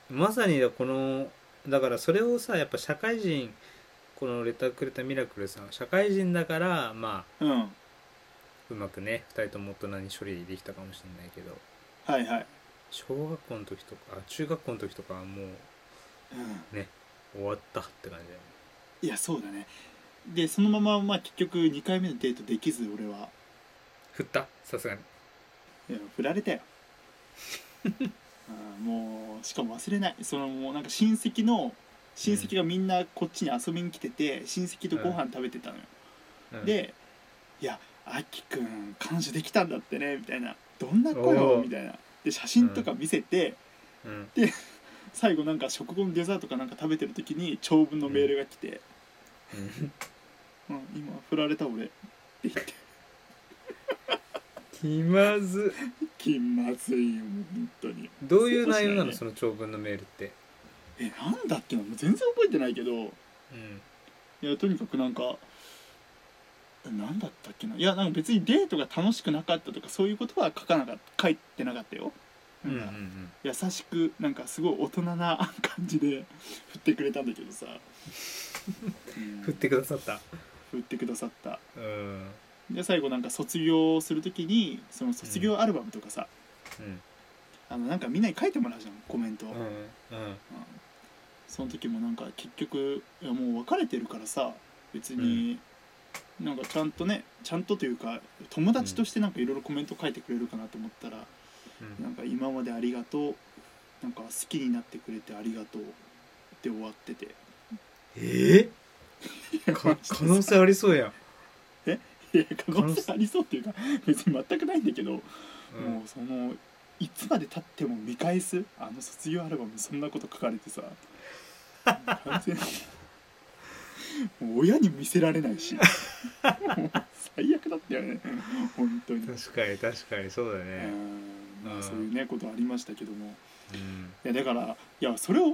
Speaker 2: まさにだこのだからそれをさやっぱ社会人このレターくれたミラクルさんは社会人だからま
Speaker 1: あ
Speaker 2: あ
Speaker 1: うんは
Speaker 2: うまくね2人とも大人に処理できたかもしれないけど
Speaker 1: いはい、
Speaker 2: 小学校の時とかあ中学校の時とかはもう
Speaker 1: うん、
Speaker 2: 終わったって感じだよね
Speaker 1: いやそうだねでそのまま、まあ、結局2回目のデートできず俺は
Speaker 2: 振ったさすがに
Speaker 1: いや振られたよ ああもうしかも忘れないそのもうなんか親戚の親戚がみんなこっちに遊びに来てて親戚とご飯食べてたのよ、
Speaker 2: うん
Speaker 1: で「いやあきくん彼女できたんだってね」みたいなどんな子
Speaker 2: お
Speaker 1: よ
Speaker 2: ー
Speaker 1: みたいなで写真とか見せて、
Speaker 2: うん
Speaker 1: 最後なんか食後のデザートかなんか食べてる時に長文のメールが来て
Speaker 2: うん
Speaker 1: 「うん、今振られた俺」って 言って
Speaker 2: 気まず
Speaker 1: 気まずいよもう本当に
Speaker 2: どういう内容なの
Speaker 1: そうし
Speaker 2: その長文のメールって
Speaker 1: えなんだっけなもう全然覚えてないけど
Speaker 2: うん
Speaker 1: いやとにかくなんかなんだったっけないやなんか別にデートが楽しくなかったとかそういうことは書かなかった書いてなかったよ、
Speaker 2: うんう
Speaker 1: なんか
Speaker 2: ん
Speaker 1: 優しくなんかすごい大人な感じで振ってくれたんだけど さ、うん
Speaker 2: うん振ってくださった
Speaker 1: 振ってくださった
Speaker 2: うんうん
Speaker 1: で最後なんか卒業する時にその卒業アルバムとかさ、あのなんかみんなに書いてもらうじゃんコメントを、
Speaker 2: う
Speaker 1: うん
Speaker 2: んうん
Speaker 1: その時もなんか結局いやもう別れてるからさ別に、なんかちゃんとねちゃんとというか友達としてなんかいろいろコメント書いてくれるかなと思ったら、
Speaker 2: うん
Speaker 1: なんか今までありがとうなんか好きになってくれてありがとうで終わってて
Speaker 2: ええか可能性ありそうやん
Speaker 1: いや可能性ありそうっていうか別に全くないんだけど、
Speaker 2: うん
Speaker 1: もうそのいつまでたっても見返すあの卒業アルバムにそんなこと書かれてさ完全にもう親に見せられないしもう最悪だったよね本当にう
Speaker 2: 確かに確かにそうだね
Speaker 1: んま
Speaker 2: う
Speaker 1: あ
Speaker 2: ん
Speaker 1: そういうねことありましたけども
Speaker 2: うん
Speaker 1: いやだからいやそれを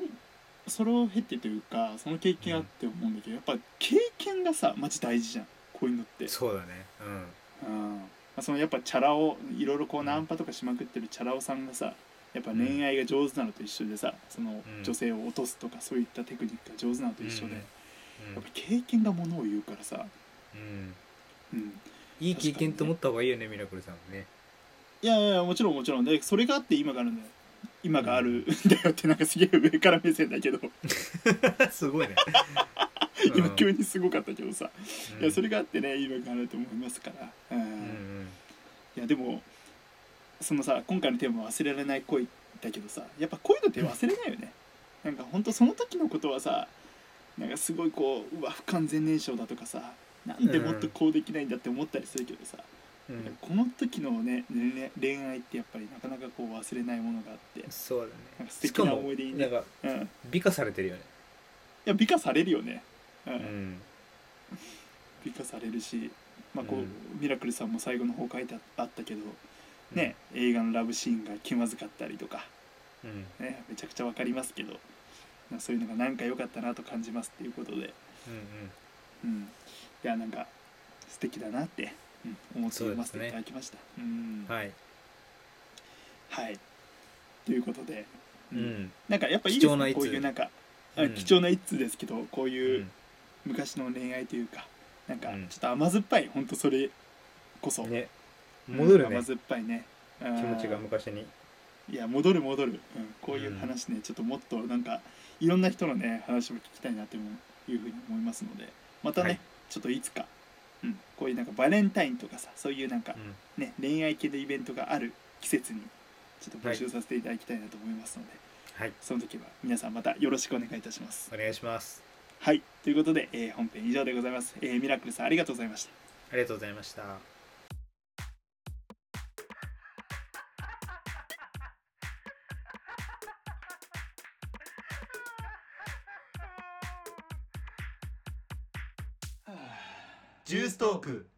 Speaker 1: それを経てというかその経験あって思うんだけどやっぱ経験がさマジ大事じゃんこういうのって
Speaker 2: そうだねう
Speaker 1: う
Speaker 2: ん
Speaker 1: んまあ、そのやっぱチャラ男いろいろこう
Speaker 2: うん
Speaker 1: ナンパとかしまくってるチャラ男さんがさやっぱ恋愛が上手なのと一緒でさその
Speaker 2: うん
Speaker 1: 女性を落とすとかそういったテクニックが上手なのと一緒で、
Speaker 2: うん
Speaker 1: やっぱ経験がものを言うからさ、
Speaker 2: うんう
Speaker 1: う
Speaker 2: ん
Speaker 1: ん、
Speaker 2: いい経験と思った方がいいよねミラクルさんもね
Speaker 1: いやいやいやもちろんもちろんでそれがあって今があるんだよ今があるんだよってなんかすげえ上から目線だけど
Speaker 2: す ごいね
Speaker 1: 今急にすごかったけどさ、
Speaker 2: うん
Speaker 1: いやそれがあってね今があると思いますから、うん
Speaker 2: うんうん
Speaker 1: いやでもそのさ今回のテーマは忘れられない恋だけどさやっぱ恋のって忘れないよね なんかほんとその時のことはさなんかすごいこううわ不完全燃焼だとかさなんでもっとこうできないんだって思ったりするけどさ、
Speaker 2: うん
Speaker 1: この時のねね恋愛ってやっぱりなかなかこう忘れないものがあって
Speaker 2: そうだ
Speaker 1: なん
Speaker 2: ね
Speaker 1: か素
Speaker 2: し
Speaker 1: 敵
Speaker 2: か
Speaker 1: な
Speaker 2: も
Speaker 1: 思い出にね
Speaker 2: なんか
Speaker 1: うんい
Speaker 2: 美化されてるよね
Speaker 1: や美化されるよね、うん
Speaker 2: うん
Speaker 1: 美化されるし、まあこう
Speaker 2: うん
Speaker 1: ミラクルさんも最後の方書いてあったけどね、映画のラブシーンが気まずかったりとか
Speaker 2: うん
Speaker 1: ね、めちゃくちゃわかりますけど、まあ、そういうのがなんか良かったなと感じますっていうことで、
Speaker 2: うんうん
Speaker 1: うん、いやなんか素敵だなって、うん、思って
Speaker 2: そう
Speaker 1: 読
Speaker 2: で
Speaker 1: ますせ
Speaker 2: ね
Speaker 1: ていただきました。うん
Speaker 2: はい
Speaker 1: はい、ということで、
Speaker 2: う
Speaker 1: うん
Speaker 2: ん
Speaker 1: なんかやっぱいいで
Speaker 2: 貴重
Speaker 1: す
Speaker 2: な
Speaker 1: ね
Speaker 2: 一通
Speaker 1: こういうなんか、あ
Speaker 2: うん
Speaker 1: 貴重な一通ですけどこう
Speaker 2: う
Speaker 1: いうん昔の恋愛というかなんか
Speaker 2: うん
Speaker 1: ちょっと甘酸っぱい本当それこそ、
Speaker 2: ね
Speaker 1: うん
Speaker 2: 戻るね
Speaker 1: 甘酸っぱいね気
Speaker 2: 気持ちが昔に
Speaker 1: いや戻る戻る、うん、こういう話ね、ちょっともっとなんかいろんな人のね話も聞きたいなというふうに思いますのでまたね、
Speaker 2: はい
Speaker 1: ちょっといつか、うん、こういうなんかバレンタインとかさそういうなんか
Speaker 2: う、ん
Speaker 1: ね恋愛系のイベントがある季節にちょっと募集させていただきたいなと思いますので、
Speaker 2: はい
Speaker 1: その時は皆さんまたよろしくお願いいたします。
Speaker 2: お願いします
Speaker 1: はいということで、えー本編以上でございます、えーミラクルさんありがとうございました。
Speaker 2: ありがとうございました
Speaker 1: ジューストーク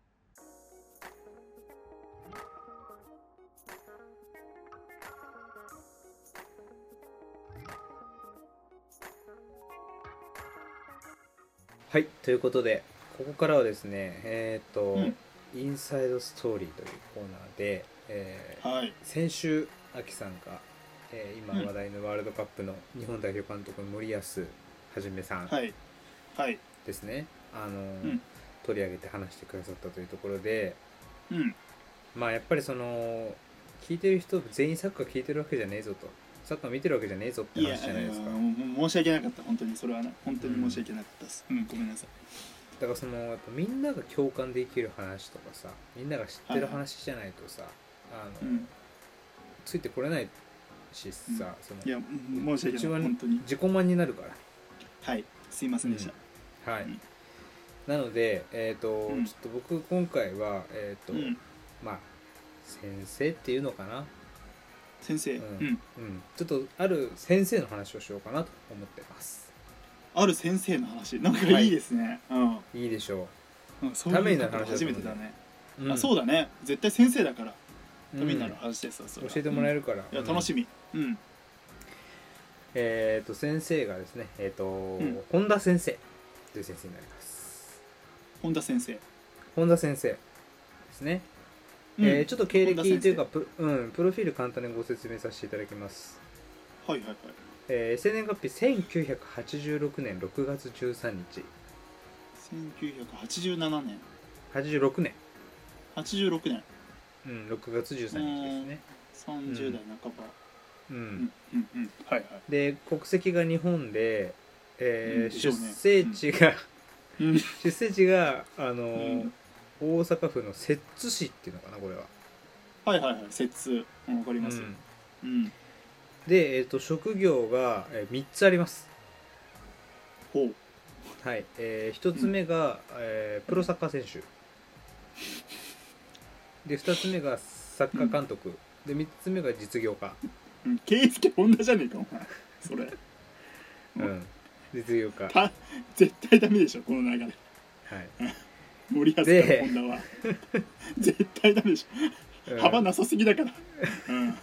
Speaker 2: はいということでここからはですねえっ、と、
Speaker 1: うん
Speaker 2: インサイドストーリーというコーナーで、えー
Speaker 1: はい
Speaker 2: 先週アキさんが、えー今
Speaker 1: うん
Speaker 2: 話題のワールドカップの日本代表監督の森保一さん
Speaker 1: はいはい
Speaker 2: ですね、あのー
Speaker 1: うん
Speaker 2: 取り上げて話してくださったというところで
Speaker 1: うん
Speaker 2: まあやっぱりその聞いてる人全員サッカー聞いてるわけじゃねえぞとサッカー見てるわけじゃねえぞって
Speaker 1: いや
Speaker 2: 話じゃないですか
Speaker 1: あのもう申し訳なかった本当にそれはな本当に申し訳なかったですうん、ごめんなさい
Speaker 2: だからそのやっぱみんなが共感できる話とかさみんなが知ってる話じゃないとさ、あ
Speaker 1: う
Speaker 2: の
Speaker 1: ん
Speaker 2: ついてこれないしさ、その
Speaker 1: いやうん申し訳
Speaker 2: 一
Speaker 1: ない
Speaker 2: 番
Speaker 1: 本当に
Speaker 2: 自己満になるから
Speaker 1: はいすいませんでした、
Speaker 2: はい、
Speaker 1: うん
Speaker 2: なので、えーと
Speaker 1: うん
Speaker 2: ちょっと僕今回は、えーと
Speaker 1: うん
Speaker 2: まあ、先生っていうのかな、
Speaker 1: 先生、
Speaker 2: う
Speaker 1: うんん
Speaker 2: うん、ちょっとある先生の話をしようかなと思ってます
Speaker 1: ある先生の話なんか
Speaker 2: はい
Speaker 1: いいですね、
Speaker 2: いいでしょ
Speaker 1: うん、うん、そういう
Speaker 2: ためにな
Speaker 1: の
Speaker 2: る話だと思う
Speaker 1: 初めてだね、
Speaker 2: う、うん、
Speaker 1: あそうだね絶対先生だから
Speaker 2: う
Speaker 1: ためになる
Speaker 2: ん
Speaker 1: 話ですわ、それは
Speaker 2: 教えてもらえ
Speaker 1: る、
Speaker 2: るから、
Speaker 1: うんいや楽しみうん、
Speaker 2: えー、と先生がですね、えーと
Speaker 1: ん
Speaker 2: 本田先生という先生になります
Speaker 1: 本田先生、
Speaker 2: 本田先生ですね、
Speaker 1: うん
Speaker 2: えーちょっと経
Speaker 1: 本田
Speaker 2: 歴
Speaker 1: 先生
Speaker 2: というかプロ,、うん、プロフィール簡単にご説明させていただきます、
Speaker 1: はいはいはい
Speaker 2: えー生年月日1986年6月13日
Speaker 1: 1987年
Speaker 2: 86年、
Speaker 1: 86年
Speaker 2: うん、6月13日ですね、
Speaker 1: 30代半ば、
Speaker 2: うん
Speaker 1: うん、うんうんはいはい
Speaker 2: で国籍が日本で、えー
Speaker 1: うんでしょ
Speaker 2: 出
Speaker 1: うね
Speaker 2: 生地が、
Speaker 1: うん
Speaker 2: 出生地があのー
Speaker 1: うん
Speaker 2: 大阪府の摂津市っていうのかなこれは、
Speaker 1: はいはいはい摂津うんわかります
Speaker 2: う
Speaker 1: よ
Speaker 2: ん
Speaker 1: うん
Speaker 2: で、えー、と職業が、え3つあります、
Speaker 1: ほう
Speaker 2: はいえ1つ目が、えープロサッカー選手で2つ目がサッカー監督、で3つ目が実業家、
Speaker 1: うん圭介本田じゃねえかお前それ
Speaker 2: う
Speaker 1: うん
Speaker 2: ん、実業家、は
Speaker 1: た絶対ダメでしょこの流れ
Speaker 2: い
Speaker 1: 森保監
Speaker 2: で
Speaker 1: 督本田は絶対ダメでし
Speaker 2: うん
Speaker 1: ょ幅なさすぎだからうん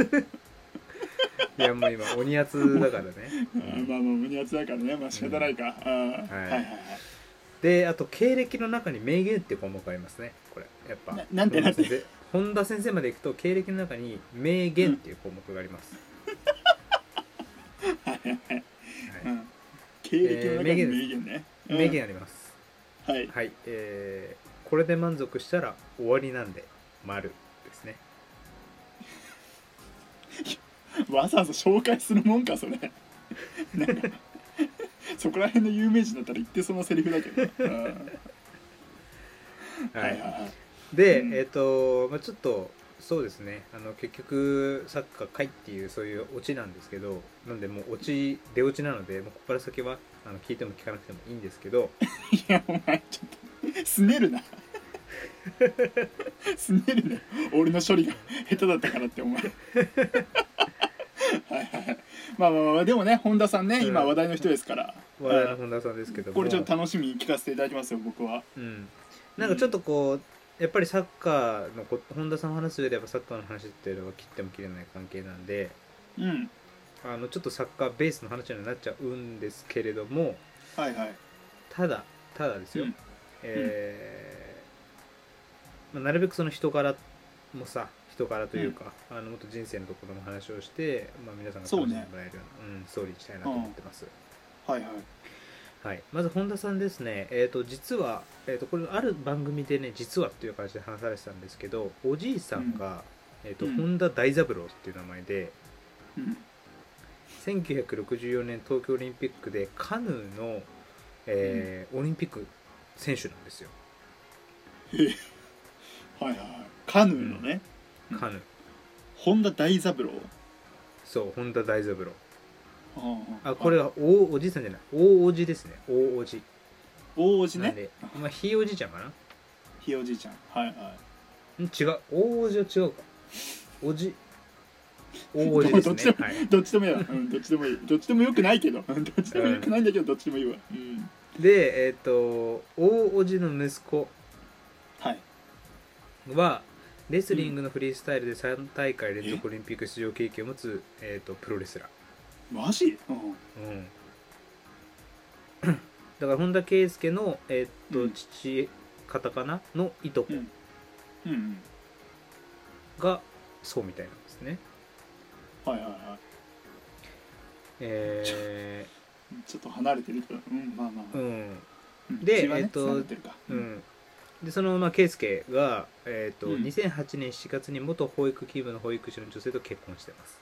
Speaker 2: いやもう今鬼圧だからね、
Speaker 1: あーまあも う胸熱だからねまあ仕方ないかあー
Speaker 2: は
Speaker 1: はいいはい
Speaker 2: であと経歴の中に名言って項目ありますねこれやっぱ
Speaker 1: ななんてな
Speaker 2: 本田
Speaker 1: ん
Speaker 2: 先生本田先生まで行くと経歴の中に名言っていう項目があります、
Speaker 1: はいはいはい
Speaker 2: は
Speaker 1: う
Speaker 2: い
Speaker 1: ん経歴の中の
Speaker 2: 名
Speaker 1: 名
Speaker 2: 言です
Speaker 1: 言ねうん
Speaker 2: 名言あります、
Speaker 1: はい
Speaker 2: はいえー、これで満足したら終わりなんで丸ですね
Speaker 1: わざわざ紹介するもんか それなんかそこら辺の有名人だったら言ってそのセリフだけどね、うん
Speaker 2: は、
Speaker 1: はいいはいはい
Speaker 2: で、
Speaker 1: うん
Speaker 2: えっ、と、まあ、ちょっとそうですねあの結局サッカー界っていうそういうオチなんですけどなんでもうオチ出落ちなのでもうここから先はあの聞いても聞かなくてもいいんですけど
Speaker 1: いやお前ちょっとすねるなすねるな俺の処理が下手だったからってお前はいはいはいまあまあまあでもね本田さんね、
Speaker 2: うん
Speaker 1: 今話題の人ですから
Speaker 2: 話題の本田さんですけども
Speaker 1: これちょっと楽しみに聞かせていただきますよ僕は
Speaker 2: うん、なんかちょっとこうやっぱりサッカーのこ本田さんの話すればサッカーの話っていうのは切っても切れない関係なんで
Speaker 1: うん
Speaker 2: あのちょっとサッカーベースの話にはなっちゃうんですけれども
Speaker 1: はいはい
Speaker 2: ただただですよ、
Speaker 1: うん
Speaker 2: えーまあ、なるべくその人柄もさ人柄というか、あのもっと人生のところの話をして、まあ、皆さんが楽しんでもらえるようなう、ん、ストーリーにしたいなと思ってます、
Speaker 1: はいはい
Speaker 2: はい、まず本田さんですね、えー、と実は、えー、とこれある番組でね「実は」っていう感じで話されてたんですけどおじいさんが、えーと
Speaker 1: うん
Speaker 2: 本田大三郎っていう名前で
Speaker 1: うん
Speaker 2: 1964年東京オリンピックでカヌーの、えーオリンピック選手なんですよ
Speaker 1: はいはいはいカヌーのね、うん
Speaker 2: カヌー、
Speaker 1: 本田大三郎
Speaker 2: そう本田大三郎
Speaker 1: あ
Speaker 2: あこれは大おじいさんじゃない大おじですね大おじ
Speaker 1: 大おじ
Speaker 2: なん
Speaker 1: ね
Speaker 2: で、まあ、ひいおじいちゃんかな
Speaker 1: ひいおじいちゃんはいは
Speaker 2: ん違う大おじは違うかおじ大お
Speaker 1: ど
Speaker 2: じで
Speaker 1: っち
Speaker 2: すね
Speaker 1: で
Speaker 2: はい
Speaker 1: いどっちでもいいわ、うん、どっちでもいいどっちでもよくないけどうんどっちでもよくないんだけどどっちでもいいわうん
Speaker 2: でえっ、と大叔父の息子
Speaker 1: はい
Speaker 2: はレスリングのフリースタイルで3大会連続オリンピック出場経験を持つ、えー、とプロレスラー、
Speaker 1: マジ、うん、
Speaker 2: うん、 だから本田圭佑の、えーと
Speaker 1: うん
Speaker 2: 父方かなのいとこ
Speaker 1: うんうんうん
Speaker 2: がそうみたいなんですね、
Speaker 1: はいはいは
Speaker 2: え
Speaker 1: いちょっと離れてるけどうんまあまあまあ、
Speaker 2: ーうん
Speaker 1: うん
Speaker 2: で
Speaker 1: 血はね
Speaker 2: えっと
Speaker 1: 繋がてるか
Speaker 2: う
Speaker 1: うん
Speaker 2: ん、でそのまあ圭佑が、えーと
Speaker 1: うん
Speaker 2: 2008年7月に元保育勤務の保育士の女性と結婚してます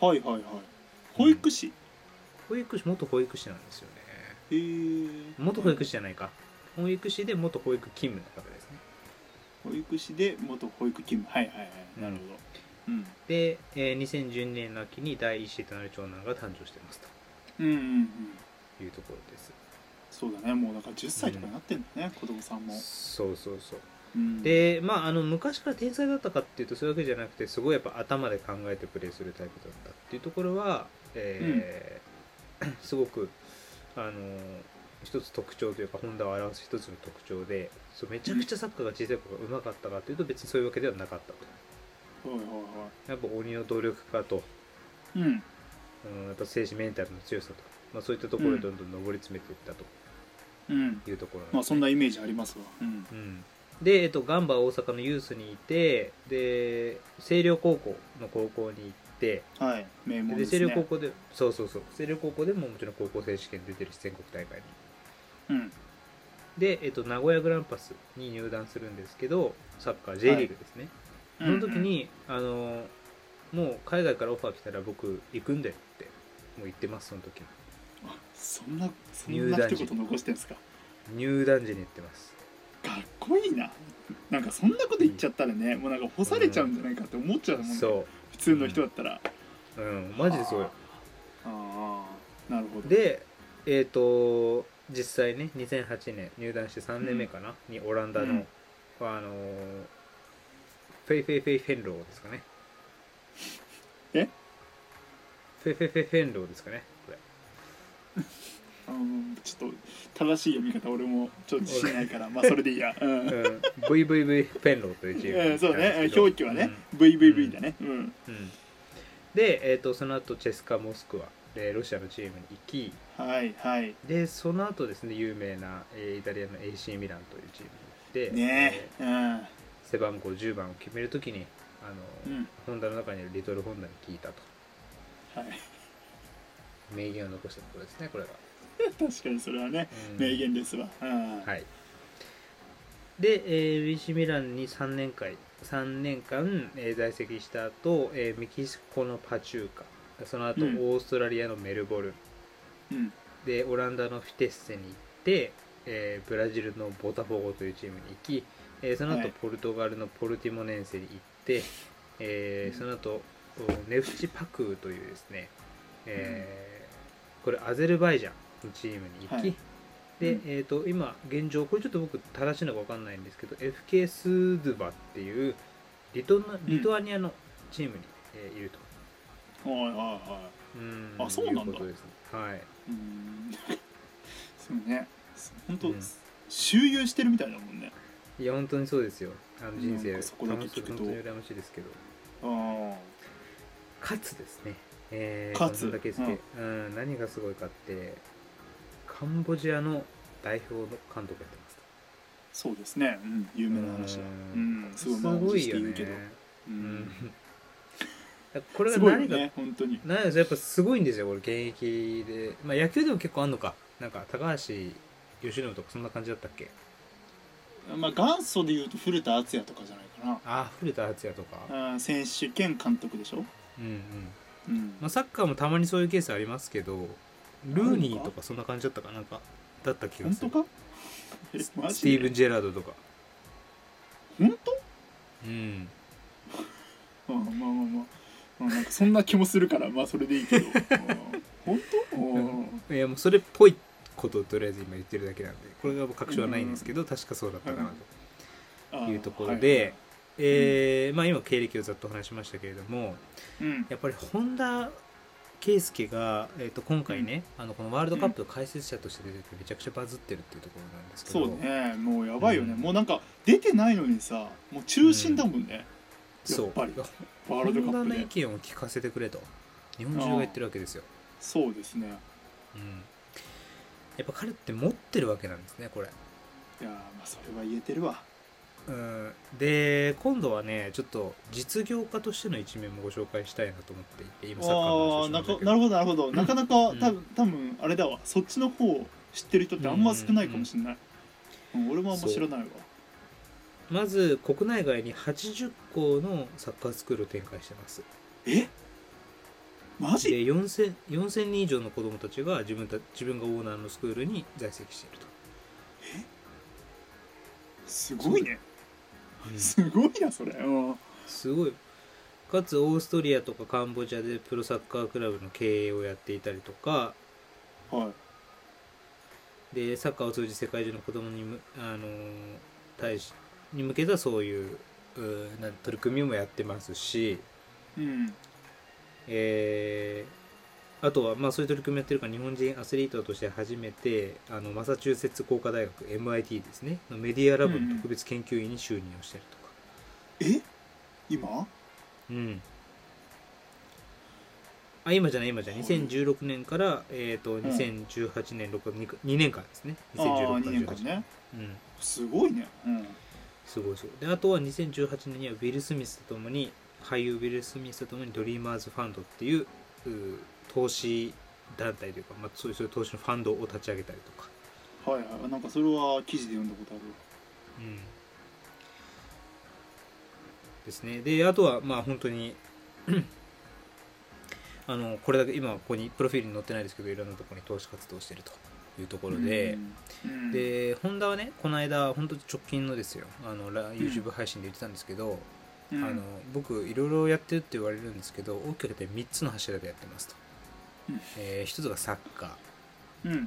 Speaker 1: はいはいはい保育士
Speaker 2: 保育士元保育士なんですよね
Speaker 1: へえ
Speaker 2: 元保育士じゃないか保育士で元保育勤務の方ですね
Speaker 1: 保育士で元保育勤務はいはいはいなるほどうん
Speaker 2: で、えー2012年の秋に第一子となる長男が誕生してます
Speaker 1: うんうんうん
Speaker 2: というところです
Speaker 1: そうだねもうだから10歳とかになってんだね、子供さんも
Speaker 2: そうそうそう
Speaker 1: うん、
Speaker 2: でまあ、あの昔から天才だったかっていうとそういうわけじゃなくてすごいやっぱ頭で考えてプレーするタイプだったっていうところは、えー すごくあの一つ特徴というか本田を表す一つの特徴でそうめちゃくちゃサッカーが小さい子がうまかったかっていうと別にそういうわけではなかったと
Speaker 1: はいはい
Speaker 2: やっぱ鬼の努力家と、
Speaker 1: はいうん
Speaker 2: うん、やっぱ精神メンタルの強さと、まあ、そういったところにどんどん上り詰めていったと
Speaker 1: うん
Speaker 2: いうところなんですね
Speaker 1: まあそんなイメージありますわうん
Speaker 2: うんで、えっと、ガンバ大阪のユースにいてで星稜高校の高校に行って
Speaker 1: はい名
Speaker 2: で
Speaker 1: 門です
Speaker 2: 星稜高
Speaker 1: ね
Speaker 2: 校でそうそうそう星稜高校でももちろん高校選手権出てるし全国大会に
Speaker 1: うん
Speaker 2: で、えっと、名古屋グランパスに入団するんですけどサッカー J リーグですね、その時に、あのもう海外からオファー来たら僕行くんだよってもう言ってますその時
Speaker 1: うんあそんなそん
Speaker 2: 入
Speaker 1: な
Speaker 2: 団時
Speaker 1: 一言残してんすか
Speaker 2: 入団時に言ってます
Speaker 1: かっこいいななんかそんなこと言っちゃったらねもうなんか干されちゃうんじゃないかって思っちゃうもんね
Speaker 2: そ
Speaker 1: 普通の人だったら
Speaker 2: ううんマジでそうよ
Speaker 1: ああなるほど
Speaker 2: でえっ、と実際ね2008年入団して3年目かな、にオランダの、あのーフェイフェイフェイフェンローですかね
Speaker 1: え
Speaker 2: フェイフェイフェイフェンローですかねこれ
Speaker 1: あのちょっと正しい読み方俺もちょっと自信ないからまあそれでいいやうん、
Speaker 2: うん VVV フェンローというチーム
Speaker 1: うん、そう
Speaker 2: なんで
Speaker 1: ね
Speaker 2: すけど
Speaker 1: 表記はね、VVV だねうん、
Speaker 2: うんうんで、えー、とその後チェスカ・モスクワでロシアのチームに行き
Speaker 1: はいはい
Speaker 2: でその後ですね有名な、えーイタリアの AC ミランというチームに行って
Speaker 1: ねえうん
Speaker 2: 背番号10番を決めるときにあ
Speaker 1: う
Speaker 2: の、
Speaker 1: ん
Speaker 2: ホンダの中にいるリトルホンダに聞いたと
Speaker 1: はい
Speaker 2: 名言を残したところですねこれは、
Speaker 1: 確かにそれはね
Speaker 2: うん
Speaker 1: 名言ですわうん
Speaker 2: はいで、えー、BC ミランに3年間3年間、えー在籍した後、えーメキシコのパチューカその後、
Speaker 1: うん
Speaker 2: オーストラリアのメルボル
Speaker 1: う
Speaker 2: ン
Speaker 1: ん
Speaker 2: でオランダのフィテッセに行って、えーブラジルのボタフォゴというチームに行き、えーその
Speaker 1: は
Speaker 2: 後
Speaker 1: い
Speaker 2: ポルトガルのポルティモネンセに行って、えーその後おネフチパクーというですね、えーこれアゼルバイジャンのチームに行き、
Speaker 1: はい
Speaker 2: で、
Speaker 1: うん
Speaker 2: えー、と今現状これちょっと僕正しいのか分かんないんですけど FK スードゥバっていうリトナリトアニアのチームに、えーいると。
Speaker 1: はいはいは
Speaker 2: うん
Speaker 1: あそうなんだ
Speaker 2: いうことですねはい
Speaker 1: いうん そうね本当、
Speaker 2: うん
Speaker 1: 周遊してるみたいだもんね
Speaker 2: いや本当にそうですよあの人生
Speaker 1: なんかそこだけ聞くと
Speaker 2: 本当に羨ましいですけど
Speaker 1: あ
Speaker 2: 勝つですね、えー、
Speaker 1: 勝つ
Speaker 2: この本田圭佑うん何がすごいかってカンボジアの代表の監督やってます
Speaker 1: そうですね、うん、有名な話だ
Speaker 2: う
Speaker 1: うんん、すごい満を持して言うけど、う
Speaker 2: うんん、だからこれが
Speaker 1: すごいよ
Speaker 2: 何が、
Speaker 1: ね本当に
Speaker 2: 何がやっぱすごいんですよこれ現役でまあ野球でも結構あんのかなんか高橋由伸とかそんな感じだったっけ
Speaker 1: まあ元祖で言うと古田敦也とかじゃないか
Speaker 2: ああ古田敦也とか
Speaker 1: な、うん、選手兼監督でしょ、
Speaker 2: うんうん
Speaker 1: うん
Speaker 2: まあ、サッカーもたまにそういうケースありますけどルーニーとかそんな感じだったかなんかだった気が
Speaker 1: 本
Speaker 2: す
Speaker 1: 当
Speaker 2: る
Speaker 1: かえマ
Speaker 2: ステ
Speaker 1: ジ
Speaker 2: ィーブン・
Speaker 1: で
Speaker 2: ジェラードとか
Speaker 1: 本当
Speaker 2: うん
Speaker 1: うんまあまあまあ、うん、なんかそんな気もするからまあそれでいいけどうん本当うん
Speaker 2: いやもうそれっぽいことをとりあえず今言ってるだけなんでこれがもう確証はないんですけど、確かそうだったかな
Speaker 1: あ
Speaker 2: と
Speaker 1: ー
Speaker 2: いうところで、えーまあ、今経歴をざっと話しましたけれども
Speaker 1: はいうん
Speaker 2: やっぱり本田圭佑が、えー、と今回ね、あのこのワールドカップの解説者として出ててめちゃくちゃバズってるっていうところなんですけど
Speaker 1: そうねもうやばいよね、
Speaker 2: うん
Speaker 1: もうなんか出てないのにさもう中心だもんね、
Speaker 2: そう
Speaker 1: やっぱりワールドカ
Speaker 2: 本田
Speaker 1: ップ
Speaker 2: の
Speaker 1: で
Speaker 2: 意見を聞かせてくれと日本中が言ってるわけですよ
Speaker 1: そうですね
Speaker 2: うんやっぱ彼って持ってるわけなんですねこれ
Speaker 1: いやーまあそれは言えてるわ
Speaker 2: うんで今度はねちょっと実業家としての一面もご紹介したいなと思っていて今サッカーの話
Speaker 1: あ
Speaker 2: を
Speaker 1: あ
Speaker 2: し
Speaker 1: な
Speaker 2: ま
Speaker 1: ん
Speaker 2: した
Speaker 1: か
Speaker 2: け
Speaker 1: な
Speaker 2: ど
Speaker 1: るほどなるほどなかなか
Speaker 2: うん
Speaker 1: 多分多分あれだわそっちの方を知ってる人ってあんま少ないかもしれない、うん俺もあんま知らないわ
Speaker 2: まず国内外に80校のサッカースクールを展開してます
Speaker 1: えマ
Speaker 2: で
Speaker 1: ジ
Speaker 2: 4000, 4000人以上の子どもたちが自分た自分がオーナーのスクールに在籍していると、
Speaker 1: すごいね
Speaker 2: うん
Speaker 1: すごいなそれうん
Speaker 2: すごいかつオーストリアとかカンボジアでプロサッカークラブの経営をやっていたりとか
Speaker 1: はい
Speaker 2: でサッカーを通じ世界中の子供にむあのー対しに向けたそういううーなん取り組みもやってますし、
Speaker 1: うん
Speaker 2: えーあとは、まあ、そういう取り組みやってるから日本人アスリートとして初めてあのマサチューセッツ工科大学 MIT ですねのメディアラブの特別研究員に就任をしたりとか、
Speaker 1: え今
Speaker 2: うんあ今じゃない今じゃない
Speaker 1: はい
Speaker 2: 2016年から、えー、と2018年6月 2, 年間ですね
Speaker 1: ああ2
Speaker 2: 2016年
Speaker 1: 年
Speaker 2: か
Speaker 1: 間
Speaker 2: ら18年、
Speaker 1: ね
Speaker 2: うん、
Speaker 1: すごいねうん
Speaker 2: すごいすごいであとは2018年にはウィル・スミスとともに俳優ウィル・スミスとともにドリーマーズ・ファンドっていううー投資団体というか、まあ、そういうそういう投資のファンドを立ち上げたりとか、
Speaker 1: はいはいなんかそれは記事で読んだことある
Speaker 2: うん、ですねであとはまあ本当にあのこれだけ今はここにプロフィールに載ってないですけどいろんなところに投資活動をしてるというところで、
Speaker 1: うんうん
Speaker 2: でホンダはねこの間本当直近のですよあのラ YouTube 配信で言ってたんですけど、
Speaker 1: うん
Speaker 2: あの僕いろいろやってるって言われるんですけど大きく分けて3つの柱でやってますと、
Speaker 1: うん
Speaker 2: え1つがサッカ
Speaker 1: うん
Speaker 2: ー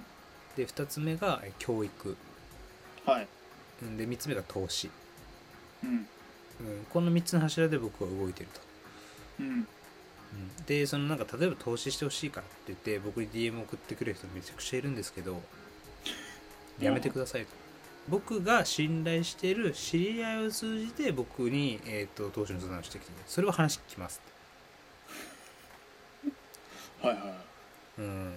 Speaker 2: で2つ目がえー教育
Speaker 1: はい
Speaker 2: うんで3つ目が投資、
Speaker 1: うん
Speaker 2: うん、この3つの柱で僕は動いてると、
Speaker 1: うん
Speaker 2: うん、でそのなんか例えば投資してほしいからって言って僕に DM 送ってくれる人めちゃくちゃいるんですけどやめてくださいと僕が信頼している知り合いを通じて僕に、えー、と投資の相談をしてきてそれは話聞きますって
Speaker 1: はいは
Speaker 2: うん、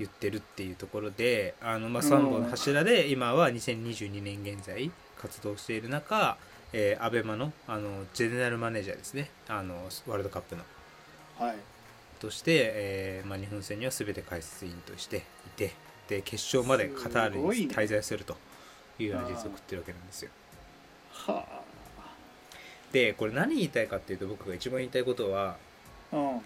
Speaker 2: 言ってるっていうところであの、まあ、
Speaker 1: うん
Speaker 2: 3本の柱で今は2022年現在活動している中、えー、アベマのあのジェネラルマネージャーですねあのワールドカップの
Speaker 1: いはい
Speaker 2: として、えーまあ、日本戦には全て解説員としていてで決勝までカタール
Speaker 1: すごい
Speaker 2: に
Speaker 1: ね
Speaker 2: 滞在するというような実を送ってるわけなんですよ。
Speaker 1: は
Speaker 2: でこれ何言いたいかっていうと僕が一番言いたいことは
Speaker 1: あうん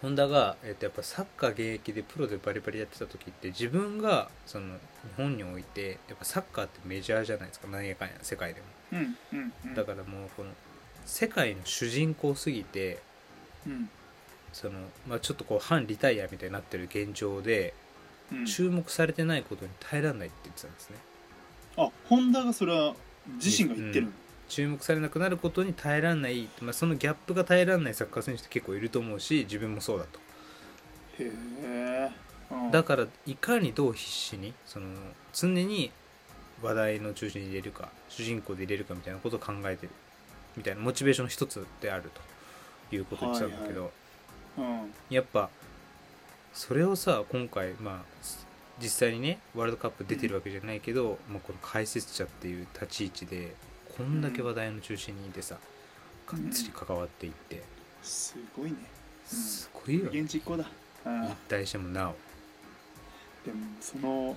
Speaker 2: ホンダが、えっとやっぱサッカー現役でプロでバリバリやってた時って自分がその日本においてやっぱサッカーってメジャーじゃないですか何やかんや世界でも
Speaker 1: うんうんうん
Speaker 2: だからもうこの世界の主人公すぎて
Speaker 1: うん
Speaker 2: その、まあ、ちょっとこう反リタイアみたいになってる現状で
Speaker 1: うん
Speaker 2: 注目されてないことに耐えられないって言ってたんですね
Speaker 1: あホンダがそれは自身が言ってるの
Speaker 2: 注目されなくなることに耐えられない、まあ、そのギャップが耐えられないサッカー選手って結構いると思うし自分もそうだと
Speaker 1: へえうん
Speaker 2: だからいかにどう必死にその常に話題の中心に入れるか主人公で入れるかみたいなことを考えてるみたいなモチベーションの一つであるということにしたんだけど、
Speaker 1: うん
Speaker 2: やっぱそれをさ今回まあす実際にねワールドカップ出てるわけじゃないけど、まあ、この解説者っていう立ち位置でこんだけ話題の中心にいてさ、
Speaker 1: うん
Speaker 2: がっつり関わっていって、
Speaker 1: すごいね
Speaker 2: すごいよね
Speaker 1: 現実行だうん
Speaker 2: 引退してもなお、
Speaker 1: でもその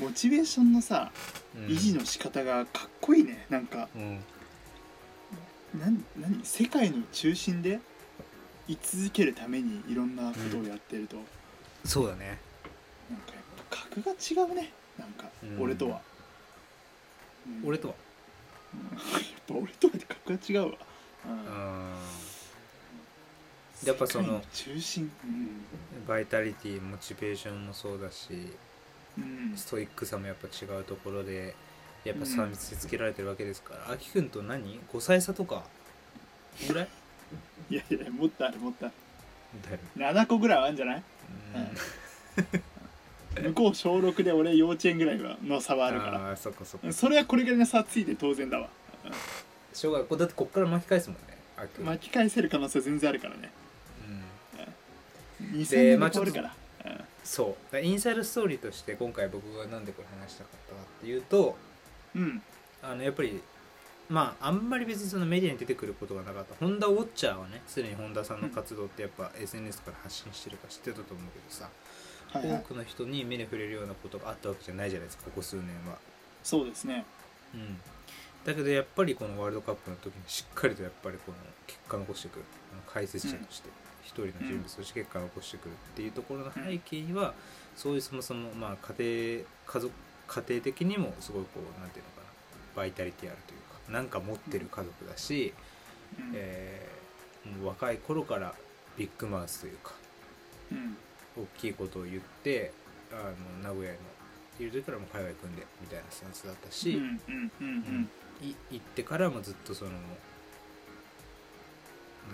Speaker 1: モチベーションのさ
Speaker 2: うん
Speaker 1: 維持の仕方がかっこいいねなんか
Speaker 2: うん
Speaker 1: なん何世界の中心で居続けるためにいろんなことをやってると、
Speaker 2: そうだね
Speaker 1: なんかやっぱ格が違うねなんか
Speaker 2: うん
Speaker 1: 俺とは、うん
Speaker 2: 俺とは
Speaker 1: うんやっぱ俺とはって格が違うわ、うん
Speaker 2: うんやっぱそ
Speaker 1: 世
Speaker 2: の
Speaker 1: 界中心
Speaker 2: バイタリティモチベーションもそうだし
Speaker 1: うん、うん
Speaker 2: ストイックさもやっぱ違うところでやっぱ差見せつけられてるわけですから、あきくんと何 ?5 歳差とかぐらい
Speaker 1: いやいやもっとあるもっとある
Speaker 2: だよ、
Speaker 1: 7個ぐらいはあるんじゃない向こう小6で俺幼稚園ぐらいはの差はあるか
Speaker 2: あーそっかそっから
Speaker 1: それはこれぐらいの差ついて当然だわ
Speaker 2: 小学校だってこっから巻き返すもんねあきくん、
Speaker 1: 巻き返せる可能性は全然あるからね
Speaker 2: うん
Speaker 1: 2000
Speaker 2: まあ
Speaker 1: 年
Speaker 2: ち
Speaker 1: 超
Speaker 2: ょ
Speaker 1: え
Speaker 2: っと
Speaker 1: るから、
Speaker 2: そうだからインサイドストーリーとして今回僕がなんでこれ話したかったかっていうと
Speaker 1: うん
Speaker 2: あのやっぱりまああんまり別にそのメディアに出てくることがなかったホンダウォッチャーはねすでにホンダさんの活動ってやっぱ SNS から発信してるから知ってたと思うけどさ、
Speaker 1: はいはい
Speaker 2: 多くの人に目に触れるようなことがあったわけじゃないじゃないですかここ数年は、
Speaker 1: そうですね
Speaker 2: うん、だけどやっぱりこのワールドカップの時にしっかりとやっぱりこの結果を残してくるあの解説者として一、人の人物として結果を残してくるっていうところの背景には、そういうそもそもまあ家庭家族家庭的にもすごいこうなんていうのかなバイタリティあるというかなんか持ってる家族だし、
Speaker 1: うん
Speaker 2: えーもう若い頃からビッグマウスというか
Speaker 1: うん
Speaker 2: 大きいことを言ってあの名古屋のいる時からもう海外組んでみたいなスタンスだった
Speaker 1: う
Speaker 2: し、
Speaker 1: んうんうんうん
Speaker 2: い行ってからもずっとそのなん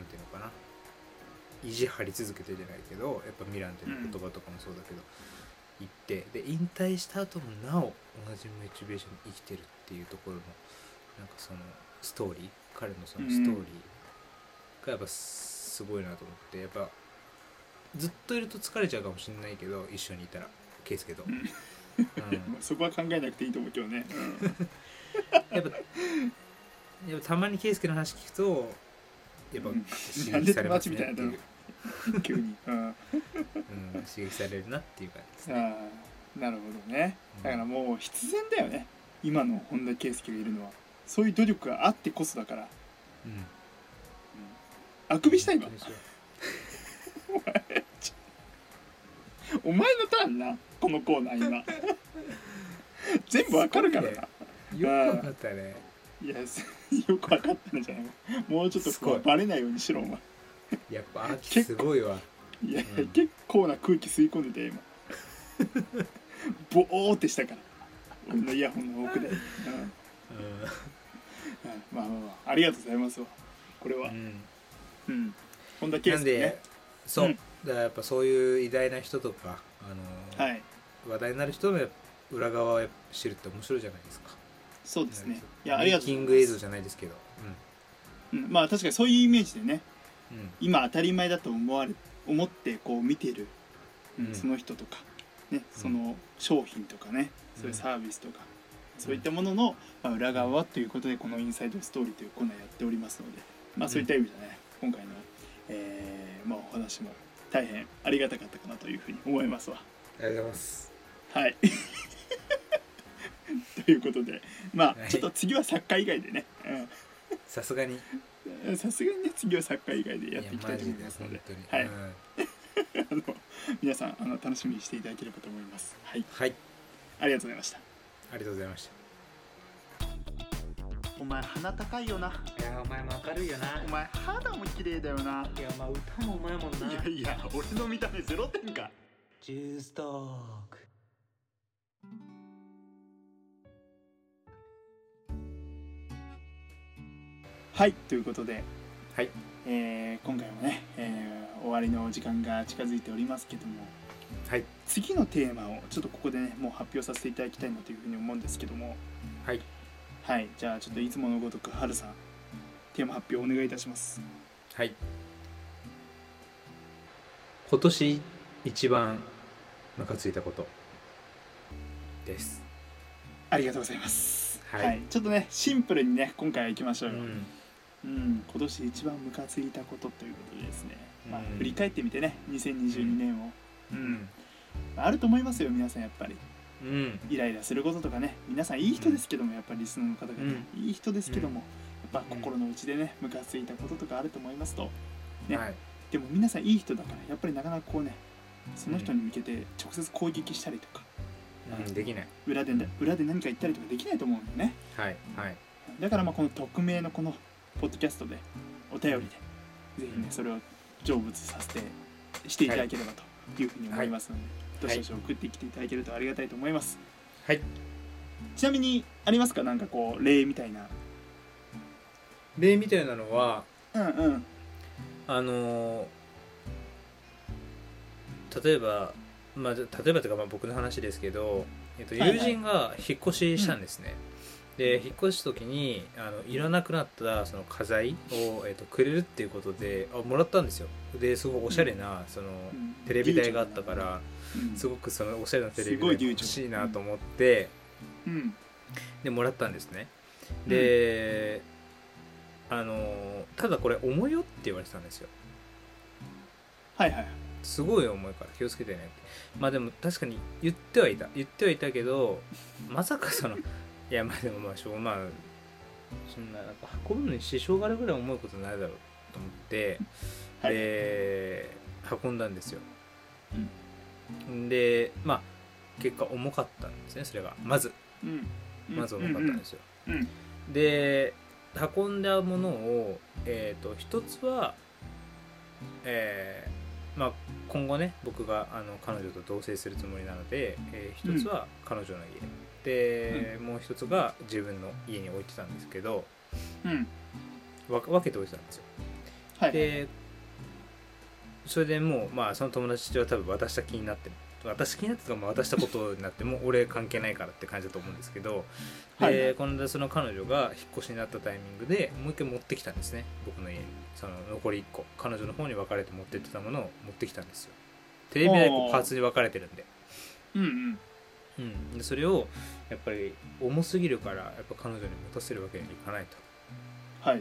Speaker 2: ていうのかな意地張り続けてじゃないけどやっぱミランっていう言葉とかもそうだけど、行ってで引退した後もなお同じモチベーションで生きてるっていうところのなんかそのストーリー彼のそのストーリーがやっぱすごいなと思ってやっぱずっといると疲れちゃうかもしれないけど一緒にいたら圭介と、
Speaker 1: ん
Speaker 2: うん
Speaker 1: まあそこは考えなくていいと思うけどね、うん
Speaker 2: やっぱやっぱたまに圭介の話聞くとやっぱ
Speaker 1: うん
Speaker 2: 刺
Speaker 1: なん
Speaker 2: 激
Speaker 1: で
Speaker 2: され
Speaker 1: 友
Speaker 2: ま
Speaker 1: 達
Speaker 2: すね
Speaker 1: み
Speaker 2: って
Speaker 1: たいな
Speaker 2: いう
Speaker 1: のだろ う急に、うん、あ
Speaker 2: うん、刺激されるなっていう感じですね。
Speaker 1: あなるほどね
Speaker 2: うん
Speaker 1: だからもう必然だよね今の本田圭佑がいるのはそういう努力があってこそだから、
Speaker 2: うん、
Speaker 1: あくびした今
Speaker 2: 本当にそう
Speaker 1: お前のターンなこのコーナー 今全部わかるからな
Speaker 2: よくわかったね。
Speaker 1: いや すよくわかったんじゃないもうちょっと
Speaker 2: すごい
Speaker 1: バレないようにしろお前
Speaker 2: やっぱ秋すごいわ。
Speaker 1: いや、
Speaker 2: うん
Speaker 1: 結構な空気吸い込んでたよ今ボーってしたから俺のイヤホンの 奥で、うんうんまあまあまあありがとうございますわこれ
Speaker 2: う
Speaker 1: は
Speaker 2: ん、うん
Speaker 1: うん本田圭
Speaker 2: なん
Speaker 1: 佑
Speaker 2: で、
Speaker 1: ね
Speaker 2: そう、
Speaker 1: うん
Speaker 2: だからやっぱそういう偉大な人とか、あの
Speaker 1: はい
Speaker 2: 話題になる人の裏側をやっぱ知るって面白いじゃないですか。
Speaker 1: そうですねいや
Speaker 2: なんか
Speaker 1: ありがとう
Speaker 2: メイキン
Speaker 1: ご
Speaker 2: グ
Speaker 1: ざい
Speaker 2: 映
Speaker 1: ます
Speaker 2: 像じゃないですけど。
Speaker 1: うん、まあ確かにそういうイメージでね
Speaker 2: うんうん
Speaker 1: 今当たり前だと思われ思ってこう見てる、うん
Speaker 2: うん
Speaker 1: その人とか、ね、その商品とかね、
Speaker 2: うん
Speaker 1: そういうサービスとか、そういったものの、まあ、裏側はということでこの「インサイドストーリー」というコーナーやっておりますので、まあ、そういった意味でね、今回の、えーまあ、お話も大変ありがたかったかなというふうに思いますわ。
Speaker 2: ありがとうございます。
Speaker 1: はいということでま
Speaker 2: は
Speaker 1: あ
Speaker 2: い
Speaker 1: ちょっと次は作家以外でね
Speaker 2: さすがに。
Speaker 1: うんさすがにね次は作家以外でやっていきたいと思い
Speaker 2: や
Speaker 1: ま
Speaker 2: マ
Speaker 1: す
Speaker 2: ジ
Speaker 1: ので
Speaker 2: 本当に。
Speaker 1: はい
Speaker 2: うん
Speaker 1: あの皆さんあの楽しみにしていただければと思います。はい、
Speaker 2: はい、
Speaker 1: ありがとうございました。
Speaker 2: ありがとうございました。
Speaker 1: お前鼻高いよな。
Speaker 3: いやお前も明るいよな
Speaker 1: お前肌も綺麗だよな。
Speaker 3: いやまあ歌もうまいもん
Speaker 1: いやいや、俺の見た目ゼロ点か。
Speaker 3: ジューストーク
Speaker 1: はい、ということで、
Speaker 2: はい、
Speaker 1: えー今回もね、えー終わりの時間が近づいておりますけども、
Speaker 2: はい、
Speaker 1: 次のテーマをちょっとここでね、もう発表させていただきたいなというふうに思うんですけども、
Speaker 2: はい、
Speaker 1: はい、じゃあちょっといつものごとく、はるさん、テーマ発表お願いいたします。
Speaker 2: はい。今年一番ムカついたことです。
Speaker 1: ありがとうございます。
Speaker 2: はい
Speaker 1: ちょっとね、シンプルにね、今回は行きましょ
Speaker 2: う
Speaker 1: うよ。
Speaker 2: ん、
Speaker 1: うん、今年一番ムカついたことということでですね、まあ
Speaker 2: うん、
Speaker 1: 振り返ってみてね2022年を、
Speaker 2: うん、
Speaker 1: あると思いますよ皆さんやっぱり
Speaker 2: うん、
Speaker 1: イライラすることとかね皆さんいい人ですけども、やっぱりリスナーの方々、
Speaker 2: う
Speaker 1: いい人ですけども、やっぱ
Speaker 2: うん
Speaker 1: 心の内でねムカついたこととかあると思いますとね
Speaker 2: はい、
Speaker 1: でも皆さんいい人だからやっぱりなかなかこうねその人に向けて直接攻撃したりとか
Speaker 2: うん、できない。
Speaker 1: 裏で裏で何か言ったりとかできないと思うんだよね
Speaker 2: はい、はい、
Speaker 1: だからまあこの匿名のこのポッドキャストでお便りでぜひね
Speaker 2: うん
Speaker 1: それを成仏させてしていただければというふうに思いますので、
Speaker 2: はい
Speaker 1: どしどし送ってきていただけるとありがたいと思います、
Speaker 2: はい。
Speaker 1: ちなみにありますかなんかこう例みたいな
Speaker 2: 例みたいなのは、
Speaker 1: うんうん
Speaker 2: あのー例えば、まあ、例えばというか、まあ、僕の話ですけど、えっと、
Speaker 1: はいはい
Speaker 2: 友人が引っ越ししたんですね、で引っ越す時にあのいらなくなったその家財を、えっと、くれるっていうことであもらったんですよですごいおしゃれな、その
Speaker 1: うん
Speaker 2: テレビ台があったから、
Speaker 1: うん
Speaker 2: すごくそのおしゃれなテレ
Speaker 1: すごい
Speaker 2: ビ台
Speaker 1: 流暢
Speaker 2: 欲しいなと思って、
Speaker 1: うん
Speaker 2: でもらったんですねで、あのーただこれ重いよって言われてたんですよ
Speaker 1: はいはい
Speaker 2: すごい重いから気をつけてねってまあでも確かに言ってはいた言ってはいたけどまさかその いやまあでもまあしょうまあそんななんか運ぶのに支障があるぐらい重いことないだろうと思って、
Speaker 1: はい
Speaker 2: で運んだんですよ、でまあ結果重かったんですねそれがまず
Speaker 1: うん
Speaker 2: まず重かったんですよ、
Speaker 1: うんうん
Speaker 2: で運んだものを、えー、と一つは、えーまあ、今後ね僕があの彼女と同棲するつもりなので、えー一つは彼女の家、で、もう一つが自分の家に置いてたんですけど
Speaker 1: うん
Speaker 2: わ分けて置いてたんですよ
Speaker 1: はい
Speaker 2: でそれでもう、まあ、その友達は多分渡した気になって渡した気になってとか、まあ、渡したことになってもう俺関係ないからって感じだと思うんですけどで、
Speaker 1: はいはい
Speaker 2: この間その彼女が引っ越しになったタイミングでもう一回持ってきたんですね僕の家にその残り1個彼女の方に分かれて持ってってたものを持ってきたんですよテレビ台こうパーツに分かれてるんで
Speaker 1: うんうん
Speaker 2: うん、でそれをやっぱり重すぎるからやっぱ彼女に持たせるわけにはいかないと
Speaker 1: はい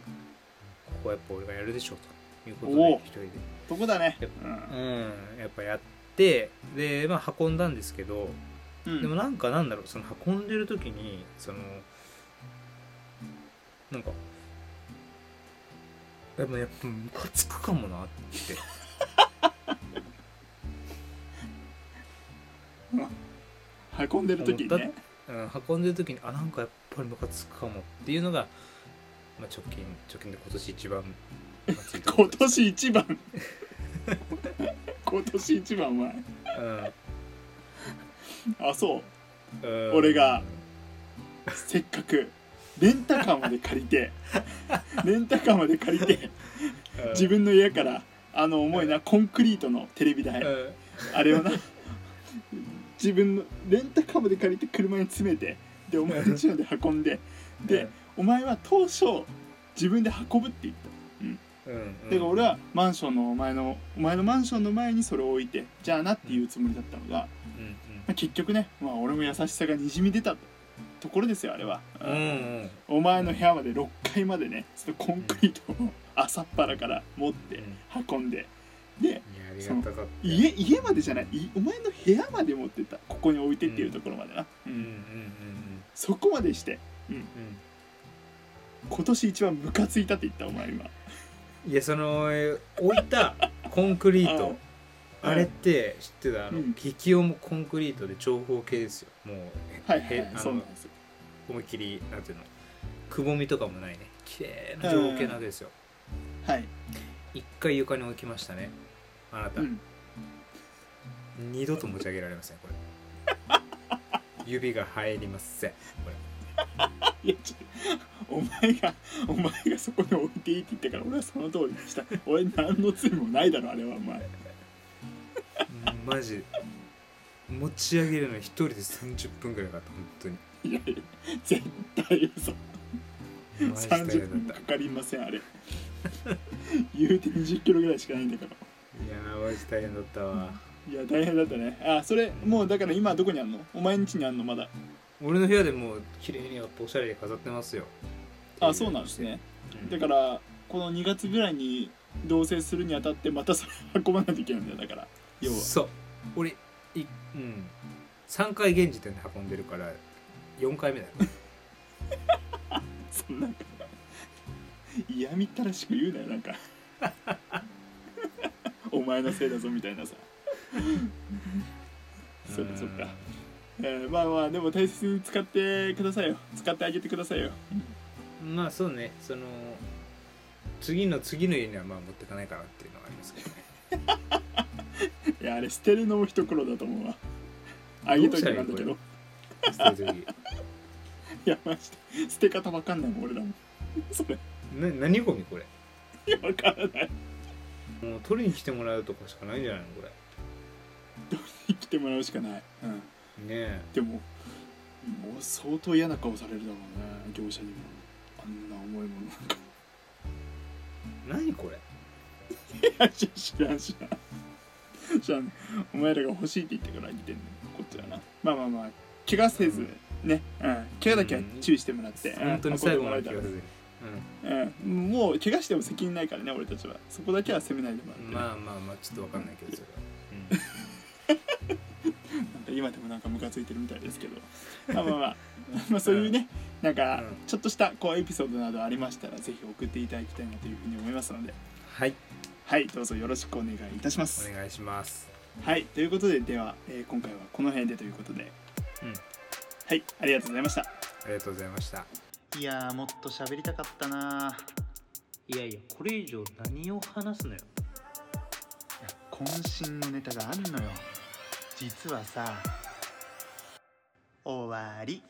Speaker 2: ここはやっぱ俺がやるでしょうということ
Speaker 1: おお
Speaker 2: で一人で
Speaker 1: そこだね
Speaker 2: やっ
Speaker 1: うん
Speaker 2: うんやっぱやってでまあ運んだんですけど、
Speaker 1: うん
Speaker 2: でもなんかなんだろうその運んでる時にそのなんかでもやっぱムカつくかもなって
Speaker 1: 運んでる時に
Speaker 2: 思
Speaker 1: ね
Speaker 2: っうん運んでる時にあなんかやっぱりムカつくかもっていうのが、まあ、直近直近で今年一番ムカつ いたこ
Speaker 1: 今
Speaker 2: とです
Speaker 1: 年一番 今年一番はあそう
Speaker 2: うん
Speaker 1: 俺がせっかくレンタカーまで借り てレンタカーまで借りて
Speaker 2: うん
Speaker 1: 自分の家からあの重いなコンクリートのテレビ台
Speaker 2: うん
Speaker 1: あれをな自分のレンタカーまで借りて車に詰めてでお前の家まで運んででお前は当初自分で運ぶって言った
Speaker 2: うんうん
Speaker 1: だから俺はマンションのお前のお前のマンションの前にそれを置いてじゃあなっていうつもりだったのが、ま
Speaker 2: うん
Speaker 1: あ、結局ね、まあ、俺も優しさがにじみ出たところですよあれは、
Speaker 2: うんうんうん
Speaker 1: お前の部屋まで6階までねそのコンクリートを朝っぱらから持って運んでで
Speaker 2: いやありがたかった
Speaker 1: 家家までじゃないいお前の部屋まで持ってったここに置いてっていうところまでな、
Speaker 2: うんうんうん
Speaker 1: そこまでして
Speaker 2: うんうん
Speaker 1: 今年一番ムカついたって言ったお前今
Speaker 2: いやそのえー置いたコンクリート
Speaker 1: うん
Speaker 2: あれって知ってたあの、
Speaker 1: うん
Speaker 2: 激重コンクリートで長方形ですよもう
Speaker 1: はいはい、はい
Speaker 2: え、あの
Speaker 1: そうなんですよ
Speaker 2: 思いっきりなんていうのくぼみとかもないね綺麗な長方形なわけですよ
Speaker 1: はい、
Speaker 2: 一回床に置きましたねあなた、
Speaker 1: うん、
Speaker 2: 二度と持ち上げられません これ指が入りませんこれ
Speaker 1: いやちょ お前がお前がそこに置いていいって言ったから俺はその通りにした俺何の罪もないだろあれはお前
Speaker 2: マジ持ち上げるの一人で30分ぐらいかかった本当に
Speaker 1: いやいや絶対嘘
Speaker 2: マジ大変だ
Speaker 1: 30分
Speaker 2: った
Speaker 1: かかりませんあれ言うて20キロぐらいしかないんだから
Speaker 2: いやーマジ大変だったわ
Speaker 1: いや大変だったねあそれもうだから今どこにあんのお前ん家にあんのまだ
Speaker 2: 俺の部屋でもう綺麗にやっぱおしゃれで飾ってますよ
Speaker 1: あそうなんですね
Speaker 2: うん
Speaker 1: だからこの2月ぐらいに同棲するにあたってまたそれ運ばないといけないんだよだから要は
Speaker 2: そう俺いうん3回現時点で運んでるから4回目だよ
Speaker 1: そんなんか嫌みったらしく言うなよ なんかお前のせいだぞみたいなさ そっかそっか、えーまあまあでも大切に使ってくださいよ使ってあげてくださいよ
Speaker 2: うんまあそうねその次の次の家にはまあ持ってかないかなっていうのはありますけどね
Speaker 1: いやあれ捨てるのも一苦労だと思うわあげといてなんだけど
Speaker 2: ど 捨てる時
Speaker 1: いやマジで捨て方わかんないもん俺らもそれ
Speaker 2: な何ゴミこれ
Speaker 1: いやわからない
Speaker 2: もう取りに来てもらうとかしかないんじゃないのこれ
Speaker 1: 生きてもらうしかない、うん、
Speaker 2: ね
Speaker 1: でももう相当嫌な顔されるだろうね業者にもあんな重いもの
Speaker 2: え何これ
Speaker 1: 知らん知らん知らんお前らが欲しいって言ってから来てんのこっちはなまあまあまあ怪我せずね、うん、怪我だけは注意してもらって、うん
Speaker 2: 本当に最後ま
Speaker 1: 運ん
Speaker 2: で気が
Speaker 1: でもらえ
Speaker 2: する
Speaker 1: たらうん、もう怪我しても責任ないからね俺たちはそこだけは責めないでもらっ
Speaker 2: う
Speaker 1: てね、
Speaker 2: んまあまあまあちょっとわかんないけどそれは
Speaker 1: なんか今でもなんかムカついてるみたいです けどまあまあまあまあそういうねなんか
Speaker 2: うん
Speaker 1: ちょっとしたこうエピソードなどありましたらぜひ送っていただきたいなというふうに思いますので
Speaker 2: はい
Speaker 1: はいどうぞよろしくお願いいたします
Speaker 2: お願いします
Speaker 1: はいということででは、えー今回はこの辺でということで、
Speaker 2: うん
Speaker 1: はいありがとうございました
Speaker 2: ありがとうございました
Speaker 1: いやーもっと喋りたかったない
Speaker 3: やいやこれ以上何を話すのよ
Speaker 1: こ
Speaker 4: 渾身のネタがあんのよ実はさ終わり